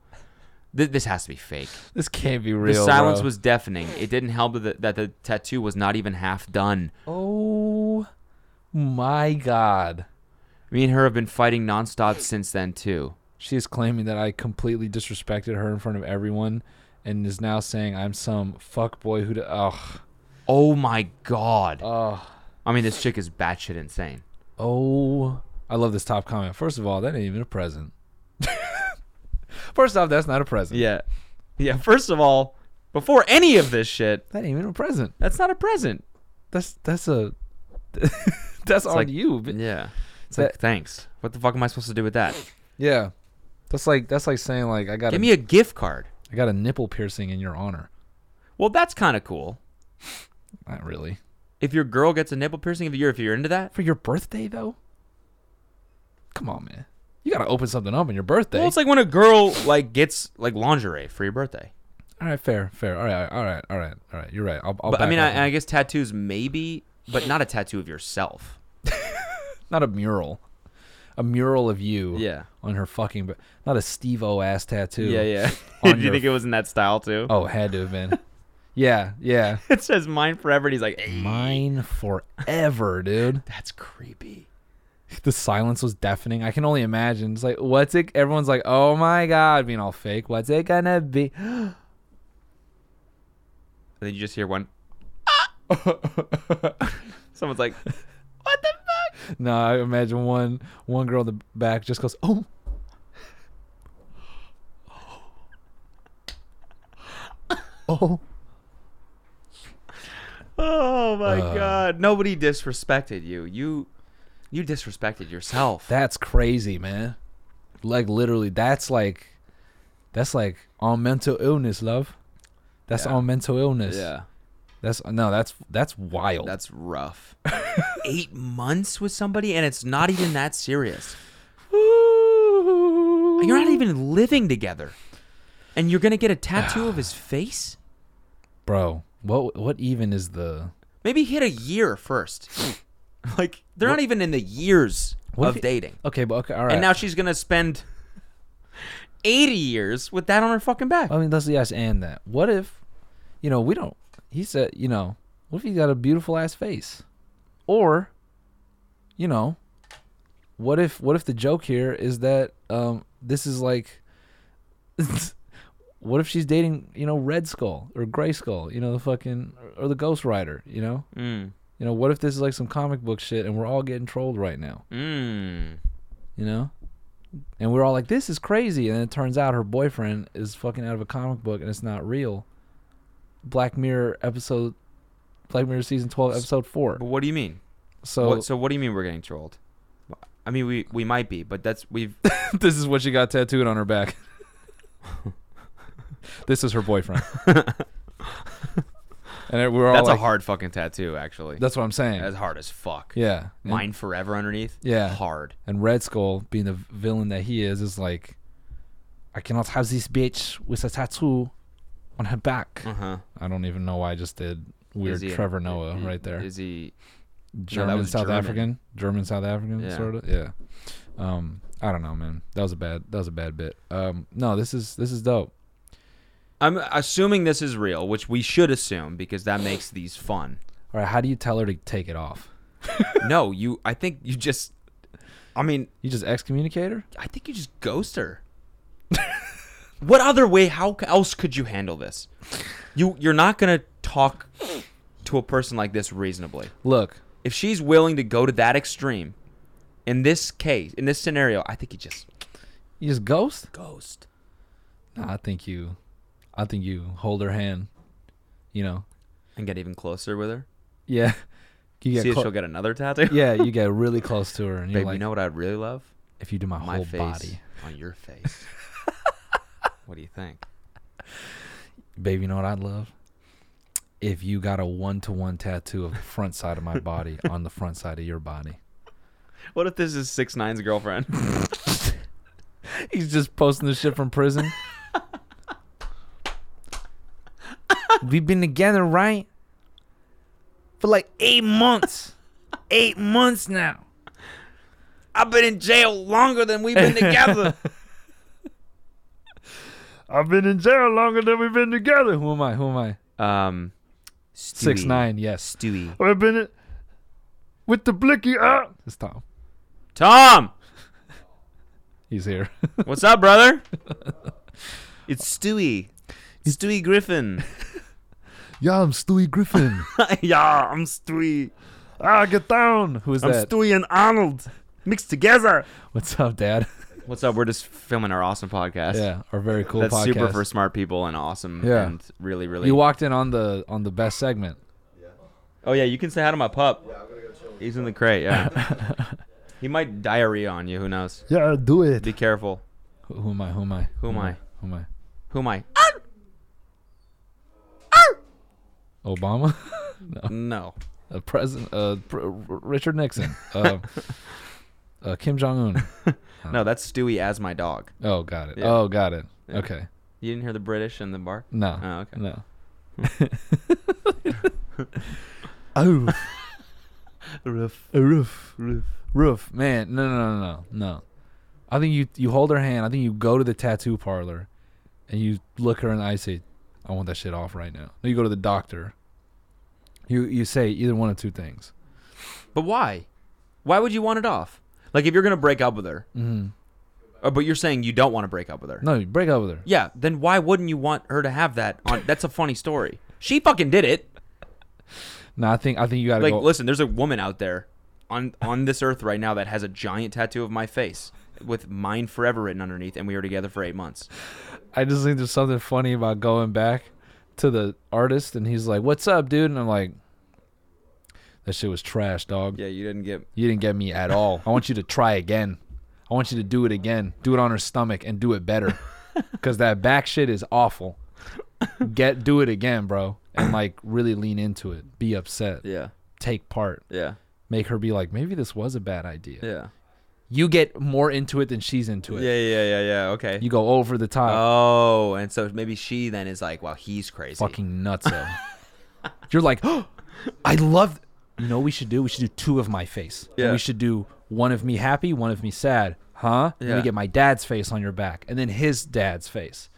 Speaker 1: Th- this has to be fake.
Speaker 2: This can't be
Speaker 1: The
Speaker 2: real.
Speaker 1: silence
Speaker 2: bro.
Speaker 1: was deafening. It didn't help that the, that the tattoo was not even half done.
Speaker 2: Oh my god.
Speaker 1: Me and her have been fighting nonstop since then too.
Speaker 2: She is claiming that I completely disrespected her in front of everyone, and is now saying I'm some fuck boy who. d- Ugh.
Speaker 1: Oh my god!
Speaker 2: Ugh.
Speaker 1: I mean, this chick is batshit insane.
Speaker 2: Oh, I love this top comment. First of all, that ain't even a present. First off, that's not a present.
Speaker 1: Yeah. Yeah, first of all, before any of this shit,
Speaker 2: That ain't even a present.
Speaker 1: that's not a present.
Speaker 2: That's that's a that's on
Speaker 1: like-
Speaker 2: you. bi-
Speaker 1: Yeah. It's
Speaker 2: That-
Speaker 1: like, thanks. What the fuck am I supposed to do with that?
Speaker 2: Yeah. That's like that's like saying like I got
Speaker 1: Give
Speaker 2: a,
Speaker 1: me a gift card.
Speaker 2: I got a nipple piercing in your honor.
Speaker 1: Well, that's kind of cool.
Speaker 2: Not really.
Speaker 1: If your girl gets a nipple piercing, if you're if you're into that,
Speaker 2: For your birthday though? Come on, man. You gotta open something up on your birthday.
Speaker 1: well, it's like when a girl like gets like lingerie for your birthday.
Speaker 2: all right, fair, fair. All right, all right, all right, all right. You're right. I'll, I'll
Speaker 1: But I
Speaker 2: back
Speaker 1: mean,
Speaker 2: off on
Speaker 1: I, I
Speaker 2: that.
Speaker 1: guess tattoos maybe, but not a tattoo of yourself.
Speaker 2: not a mural, a mural of you.
Speaker 1: Yeah.
Speaker 2: On her fucking, but not a Steve O ass tattoo.
Speaker 1: yeah.
Speaker 2: On
Speaker 1: Did you
Speaker 2: your-
Speaker 1: think it was in that style too?
Speaker 2: Oh, had to have been. yeah, yeah.
Speaker 1: It says mine forever. And he's like, "Hey,
Speaker 2: Mine forever, dude.
Speaker 1: that's creepy.
Speaker 2: the silence was deafening. I can only imagine. It's like, what's it? Everyone's like, oh my god, being all fake. What's it gonna be?
Speaker 1: And then you just hear one. Someone's like, "What the fuck?"
Speaker 2: no, I imagine one one girl in the back just goes, oh. Oh,
Speaker 1: Oh my
Speaker 2: Uh.
Speaker 1: god! Nobody disrespected you. You, you disrespected yourself.
Speaker 2: that's crazy, man. Like literally, that's like, that's like on mental illness, love. That's
Speaker 1: Yeah.
Speaker 2: on mental illness. That's no, that's that's wild.
Speaker 1: that's rough. Eight months with somebody, and it's not even that serious. You're not even living together, and you're gonna get a tattoo of his face.
Speaker 2: bro. What what even is the
Speaker 1: Maybe hit a year first. like they're not even in the years.
Speaker 2: What if
Speaker 1: of
Speaker 2: he-
Speaker 1: dating.
Speaker 2: Okay, but okay, all right.
Speaker 1: And now she's gonna spend eighty years with that on her fucking back.
Speaker 2: I mean, let's yes and that. What if, you know, we don't? He said, you know, what if he's got a beautiful ass face, or, you know, what if what if the joke here is that um this is like, what if she's dating you know Red Skull or Gray Skull, you know the fucking or the Ghost Rider, you know,
Speaker 1: Mm.
Speaker 2: you know what if this is like some comic book shit and we're all getting trolled right now,
Speaker 1: Mm.
Speaker 2: you know. And we're all like, "This is crazy," and then it turns out her boyfriend is fucking out of a comic book, and it's not real. Black Mirror episode, Black Mirror season twelve, episode four.
Speaker 1: But what do you mean?
Speaker 2: So
Speaker 1: what, so what do you mean we're getting trolled? I mean we we might be, but that's we've
Speaker 2: this is what she got tattooed on her back. this is her boyfriend, and it- we're all
Speaker 1: that's a
Speaker 2: like-
Speaker 1: hard fucking tattoo actually.
Speaker 2: That's what I'm saying.
Speaker 1: That's hard as fuck.
Speaker 2: yeah, and,
Speaker 1: Mine forever underneath.
Speaker 2: Yeah.
Speaker 1: Hard.
Speaker 2: and Red Skull, being the villain that he is, is like, I cannot have this bitch with a tattoo on her back.
Speaker 1: Uh huh.
Speaker 2: I don't even know why I just did weird Trevor Noah right there.
Speaker 1: Is he?
Speaker 2: German
Speaker 1: was
Speaker 2: South
Speaker 1: German.
Speaker 2: African, German South African
Speaker 1: Yeah.
Speaker 2: sort of. Yeah. Um, I don't know, man. That was a bad. That was a bad bit. Um, no, this is this is dope.
Speaker 1: I'm assuming this is real, which we should assume because that makes these fun.
Speaker 2: All right, how do you tell her to take it off?
Speaker 1: No, you. I think you just. I mean,
Speaker 2: You just excommunicate her?
Speaker 1: I think you just ghost her. what other way? How c- else could you handle this? You you're not gonna talk to a person like this reasonably.
Speaker 2: Look,
Speaker 1: If she's willing to go to that extreme, in this case, in this scenario, I think you just
Speaker 2: you just ghost?
Speaker 1: ghost.
Speaker 2: No, I think you, I think you hold her hand. You know,
Speaker 1: and get even closer with her.
Speaker 2: yeah. You
Speaker 1: See
Speaker 2: get
Speaker 1: if
Speaker 2: clo-
Speaker 1: she'll get another tattoo.
Speaker 2: yeah, you get really close to her, and you're
Speaker 1: babe.
Speaker 2: like,
Speaker 1: you know what I'd really love?
Speaker 2: if you do my,
Speaker 1: My
Speaker 2: whole
Speaker 1: face
Speaker 2: body,
Speaker 1: on your face. what do you think?
Speaker 2: babe, you know what I'd love? If you got a one-to-one tattoo of the front side of my body on the front side of your body.
Speaker 1: What if this is six nine's girlfriend?
Speaker 2: He's just posting the shit from prison. We've been together, right? For like eight months. Eight months now.
Speaker 1: I've been in jail longer than we've been together.
Speaker 2: I've been in jail longer than we've been together. Who am I? Who am I?
Speaker 1: um, Stewie.
Speaker 2: Six nine, yes.
Speaker 1: Stewie.
Speaker 2: I've been in, with the blicky up. It's Tom.
Speaker 1: Tom,
Speaker 2: He's here.
Speaker 1: what's up, brother? It's Stewie. Stewie Griffin.
Speaker 3: Yeah, I'm Stewie Griffin.
Speaker 1: yeah, I'm Stewie.
Speaker 2: ah, get down. Who is that?
Speaker 1: Stewie and Arnold mixed together.
Speaker 2: What's up, Dad?
Speaker 1: What's up? We're just filming our awesome podcast.
Speaker 2: yeah, our very cool
Speaker 1: That's
Speaker 2: podcast.
Speaker 1: super for smart people and awesome
Speaker 2: Yeah.
Speaker 1: and really, really.
Speaker 2: you walked in on the on the best segment.
Speaker 1: oh yeah, you can say hi to my pup. Yeah, I'm gonna go chill. He's in the crate. Yeah. he might diarrhea on you. Who knows?
Speaker 3: yeah, do it.
Speaker 1: Be careful.
Speaker 2: Who, who am I? Who am I?
Speaker 1: Who am I?
Speaker 2: Who am I?
Speaker 1: Who am I?
Speaker 2: Obama?
Speaker 1: No.
Speaker 2: uh, President uh, pr- R- Richard Nixon, uh, uh, Kim Jong Un.
Speaker 1: No, that's Stewie as my dog.
Speaker 2: Oh, got it.
Speaker 1: Yeah.
Speaker 2: Oh, got it. Okay.
Speaker 1: You didn't hear the British and the bark?
Speaker 2: No.
Speaker 1: Oh, okay.
Speaker 2: No.
Speaker 3: Oh,
Speaker 1: Roof.
Speaker 3: a roof.
Speaker 2: Hmm. Roof, man. No, no, no, no, no. I think you you hold her hand. I think you go to the tattoo parlor, and you look her in the eye. and Say, I want that shit off right now. No, you go to the doctor. You you say either one of two things.
Speaker 1: But why? Why would you want it off? Like if you're gonna break up with her,
Speaker 2: Mhm.
Speaker 1: Uh, but you're saying you don't want to break up with her.
Speaker 2: No, you break up with her.
Speaker 1: Yeah, then why wouldn't you want her to have that? On that's a funny story. She fucking did it.
Speaker 2: No, I think I think you gotta
Speaker 1: like
Speaker 2: go.
Speaker 1: listen there's a woman out there on on this earth right now that has a giant tattoo of my face with mine forever written underneath and we were together for eight months
Speaker 2: I just think there's something funny about going back to the artist and he's like, "What's up, dude?" And I'm like, "That shit was trash, dog.
Speaker 1: yeah you didn't get
Speaker 2: You didn't get me at all. I want you to try again. I want you to do it again. Do it on her stomach and do it better, because that back shit is awful. Get do it again, bro, and like really lean into it. Be upset.
Speaker 1: yeah
Speaker 2: Take part.
Speaker 1: yeah
Speaker 2: Make her be like, maybe this was a bad idea.
Speaker 1: yeah
Speaker 2: You get more into it than she's into
Speaker 1: yeah
Speaker 2: it.
Speaker 1: yeah yeah yeah okay
Speaker 2: You go over the top.
Speaker 1: oh and so maybe she then is like well he's crazy
Speaker 2: fucking nutso. "Oh, You're like, I love. You know what we should do? We should do two of my face. And
Speaker 1: Yeah.
Speaker 2: we should do one of me happy, one of me sad. Huh? Let me
Speaker 1: Yeah.
Speaker 2: get my dad's face on your back, and then his dad's face.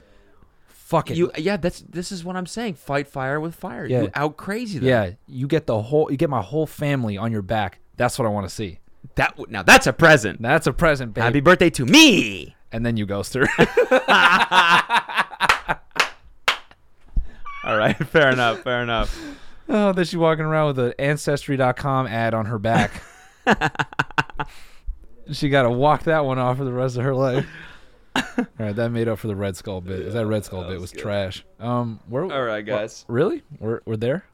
Speaker 2: Fucking
Speaker 1: You yeah, that's this is what I'm saying. Fight fire with fire.
Speaker 2: Yeah.
Speaker 1: You out crazy them.
Speaker 2: yeah. You get the whole, you get my whole family on your back. That's what I want to see.
Speaker 1: That w- now that's a present.
Speaker 2: That's a present, baby.
Speaker 1: Happy birthday to me.
Speaker 2: and then you ghost her.
Speaker 1: All right, fair enough, fair enough.
Speaker 2: oh, then she's walking around with an Ancestry.com ad on her back. she got to walk that one off for the rest of her life. All right, that made up for the Red Skull bit. that Red Skull bit was trash. Um, where?
Speaker 1: All right, guys.
Speaker 2: Really? We're we're there?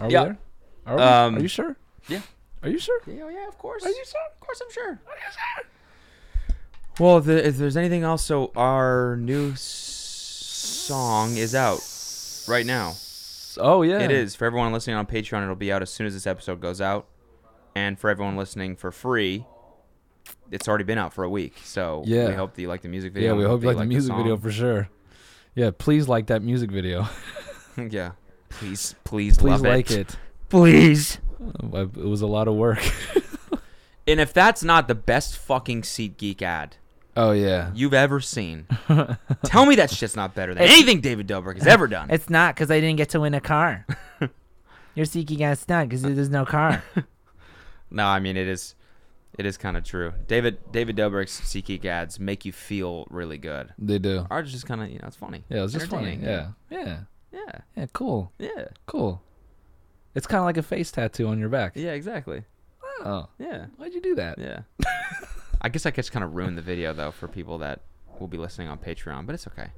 Speaker 2: Are
Speaker 1: Yeah.
Speaker 2: we there? Are, we,
Speaker 1: Um,
Speaker 2: are you sure?
Speaker 1: yeah.
Speaker 2: Are you sure?
Speaker 1: Yeah, yeah, of course. Are you sure? Of course, I'm sure. Well, if, there, if there's anything else, so our new s- song is out right now.
Speaker 2: Oh yeah.
Speaker 1: It is for everyone listening on Patreon. It'll be out as soon as this episode goes out, and for everyone listening for free, it's already been out for a week. So
Speaker 2: Yeah.
Speaker 1: we hope that you like the music video.
Speaker 2: Yeah, we hope you
Speaker 1: that
Speaker 2: like the music video
Speaker 1: song.
Speaker 2: for sure. Yeah, please like that music video.
Speaker 1: yeah, please, please,
Speaker 2: please
Speaker 1: love
Speaker 2: like
Speaker 1: it.
Speaker 2: it.
Speaker 1: Please.
Speaker 2: Uh, It was a lot of work.
Speaker 1: And if that's not the best fucking Seat Geek ad
Speaker 2: oh yeah.
Speaker 1: you've ever seen, tell me that shit's not better than anything David Dobrik has ever done.
Speaker 5: It's not because I didn't get to win a car. Your Seeky got snuck because there's no car.
Speaker 1: No, I mean it is, it is kind of true. David David Dobrik's Seat Geek ads make you feel really good.
Speaker 2: They do.
Speaker 1: Ours just kind of you know it's funny.
Speaker 2: Yeah, it was just funny.
Speaker 1: Entertaining.
Speaker 2: Yeah. Yeah.
Speaker 1: yeah,
Speaker 2: Yeah, cool.
Speaker 1: yeah,
Speaker 2: Cool. It's kind of like a face tattoo on your back.
Speaker 1: yeah, exactly.
Speaker 2: Oh.
Speaker 1: Yeah,
Speaker 2: Why'd you do that?
Speaker 1: yeah. I guess I just kind of ruined the video though for people that will be listening on Patreon, but it's okay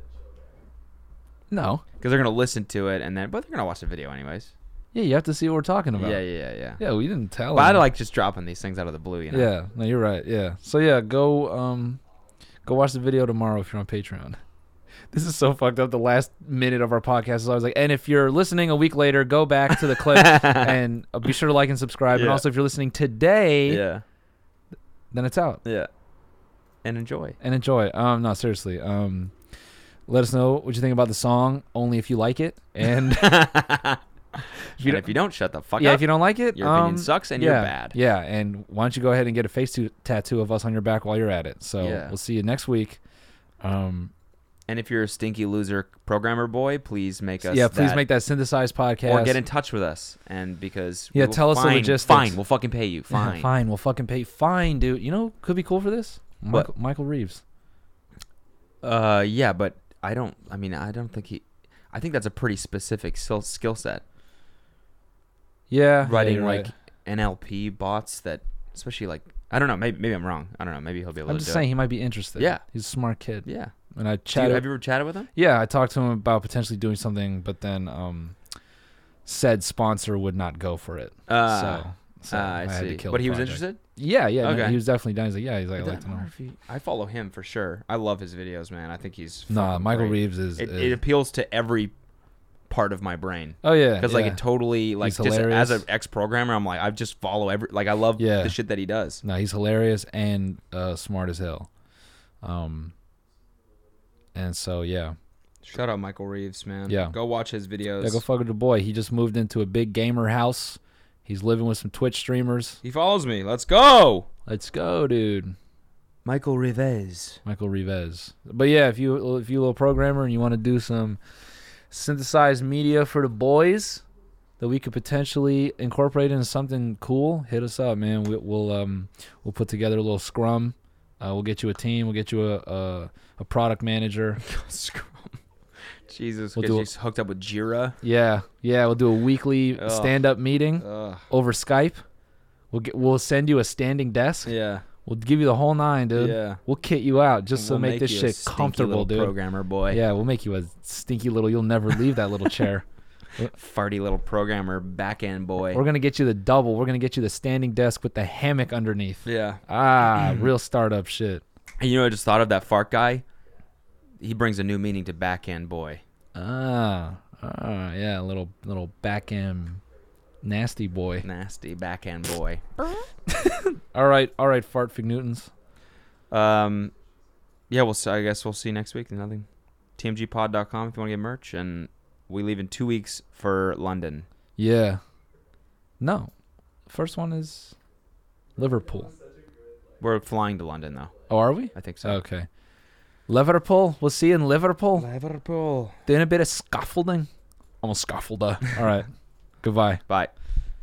Speaker 2: No.
Speaker 1: because they're gonna listen to it and then, but they're gonna watch the video anyways.
Speaker 2: Yeah, you have to see what we're talking about.
Speaker 1: Yeah, yeah, yeah, yeah.
Speaker 2: Yeah, we didn't tell.
Speaker 1: But I
Speaker 2: them.
Speaker 1: like just dropping these things out of the blue, you know.
Speaker 2: Yeah, no, you're right. Yeah. So yeah, go um go watch the video tomorrow if you're on Patreon. This is so fucked up. The last minute of our podcast is always like, and if you're listening a week later, go back to the clip and uh, be sure to like and subscribe. And
Speaker 1: Yeah.
Speaker 2: also, if you're listening today,
Speaker 1: Yeah.
Speaker 2: then it's out
Speaker 1: Yeah. And enjoy.
Speaker 2: and enjoy. Um, no, seriously. Um, let us know what you think about the song. Only if you like it, and
Speaker 1: If you, and if you don't shut the fuck
Speaker 2: yeah,
Speaker 1: up,
Speaker 2: if you don't like it,
Speaker 1: your opinion
Speaker 2: um,
Speaker 1: sucks and
Speaker 2: yeah,
Speaker 1: you're bad.
Speaker 2: Yeah, and why don't you go ahead and get a face to- tattoo of us on your back while you're at it? So
Speaker 1: Yeah.
Speaker 2: we'll see you next week. Um,
Speaker 1: And if you're a stinky loser programmer boy, please make us
Speaker 2: yeah, please
Speaker 1: that,
Speaker 2: make that synthesized podcast.
Speaker 1: or get in touch with us and because we
Speaker 2: Yeah,
Speaker 1: will-
Speaker 2: tell us the
Speaker 1: fine,
Speaker 2: logistics.
Speaker 1: Fine, we'll fucking pay you.
Speaker 2: Yeah,
Speaker 1: Fine.
Speaker 2: fine, we'll fucking pay. Fine, dude. You know, who could be cool for this.
Speaker 1: What?
Speaker 2: Michael, Michael Reeves.
Speaker 1: Uh yeah, but I don't I mean I don't think he I think that's a pretty specific skill skill set.
Speaker 2: Yeah,
Speaker 1: Writing
Speaker 2: yeah, you're
Speaker 1: like
Speaker 2: right.
Speaker 1: NLP bots that especially like I don't know, maybe maybe I'm wrong. I don't know, maybe he'll be able
Speaker 2: I'm
Speaker 1: to
Speaker 2: just
Speaker 1: do
Speaker 2: saying he might be interested.
Speaker 1: Yeah.
Speaker 2: he's a smart kid.
Speaker 1: it. Yeah.
Speaker 2: And I
Speaker 1: Do you,
Speaker 2: chatted.
Speaker 1: have you ever chatted with him?
Speaker 2: yeah, I talked to him about potentially doing something, but then um, said sponsor would not go for it.
Speaker 1: Uh,
Speaker 2: so, so
Speaker 1: Ah, I,
Speaker 2: had
Speaker 1: see.
Speaker 2: to kill.
Speaker 1: but
Speaker 2: the
Speaker 1: he was
Speaker 2: project.
Speaker 1: interested.
Speaker 2: Yeah, yeah. no,
Speaker 1: Okay.
Speaker 2: he was definitely down. He's like, yeah. He's like, I
Speaker 1: But
Speaker 2: like
Speaker 1: then
Speaker 2: to
Speaker 1: I
Speaker 2: know.
Speaker 1: wonder if he- I follow him for sure. I love his videos, man. I think he's
Speaker 2: Nah,
Speaker 1: fucking
Speaker 2: Michael
Speaker 1: great.
Speaker 2: Reeves is.
Speaker 1: It,
Speaker 2: is-
Speaker 1: it appeals to every part of my brain
Speaker 2: oh yeah,
Speaker 1: because like
Speaker 2: yeah.
Speaker 1: it totally like
Speaker 2: He's
Speaker 1: just as
Speaker 2: hilarious.
Speaker 1: an ex programmer, I'm like I just follow every like I love
Speaker 2: Yeah.
Speaker 1: the shit that he does.
Speaker 2: No, he's hilarious and uh, smart as hell. Um, and so yeah,
Speaker 1: Shout out Michael Reeves, man.
Speaker 2: Yeah.
Speaker 1: go watch his videos.
Speaker 2: yeah, go fuck with the boy. He just moved into a big gamer house. He's living with some Twitch streamers.
Speaker 1: he follows me. Let's go,
Speaker 2: Let's go, dude.
Speaker 1: Michael Reeves.
Speaker 2: Michael Reeves. But yeah, if you if you a little programmer and you want to do some synthesized media for the boys that we could potentially incorporate into something cool, hit us up, man. We, we'll um we'll put together a little scrum. Uh, we'll get you a team. We'll get you a a, a product manager.
Speaker 1: Scrum. Jesus,
Speaker 2: We'll
Speaker 1: because
Speaker 2: do
Speaker 1: he's hooked up with Jira.
Speaker 2: Yeah, yeah. We'll do a weekly
Speaker 1: Ugh.
Speaker 2: stand-up meeting
Speaker 1: Ugh.
Speaker 2: over Skype. We'll get, we'll send you a standing desk.
Speaker 1: Yeah,
Speaker 2: We'll give you the whole nine, dude.
Speaker 1: Yeah.
Speaker 2: We'll kit you out just to
Speaker 1: We'll
Speaker 2: make, this
Speaker 1: you a
Speaker 2: shit
Speaker 1: stinky
Speaker 2: comfortable,
Speaker 1: little
Speaker 2: dude.
Speaker 1: Programmer boy.
Speaker 2: Yeah, we'll make you a stinky little. You'll never leave that little chair.
Speaker 1: farty little programmer back end boy.
Speaker 2: We're gonna get you the double. We're gonna get you the standing desk with the hammock underneath.
Speaker 1: yeah.
Speaker 2: Ah, real startup shit.
Speaker 1: And you know, what I just thought of that fart guy. He brings a new meaning to back end boy.
Speaker 2: Ah, ah, yeah, little little back end nasty boy.
Speaker 1: Nasty back end boy.
Speaker 2: All right, all right, fart fig Newtons.
Speaker 1: Um, yeah. We'll. s- I guess we'll see you next week. Nothing. TMGpod.com if you want to get merch, and we leave in two weeks for London.
Speaker 2: Yeah. No. First one is Liverpool.
Speaker 1: We're flying to London though.
Speaker 2: Oh, are we?
Speaker 1: I think so.
Speaker 2: Okay. Liverpool. We'll see you in Liverpool.
Speaker 1: Liverpool.
Speaker 2: Doing a bit of scaffolding.
Speaker 3: I'm a scaffolder.
Speaker 2: All right. Goodbye.
Speaker 1: Bye.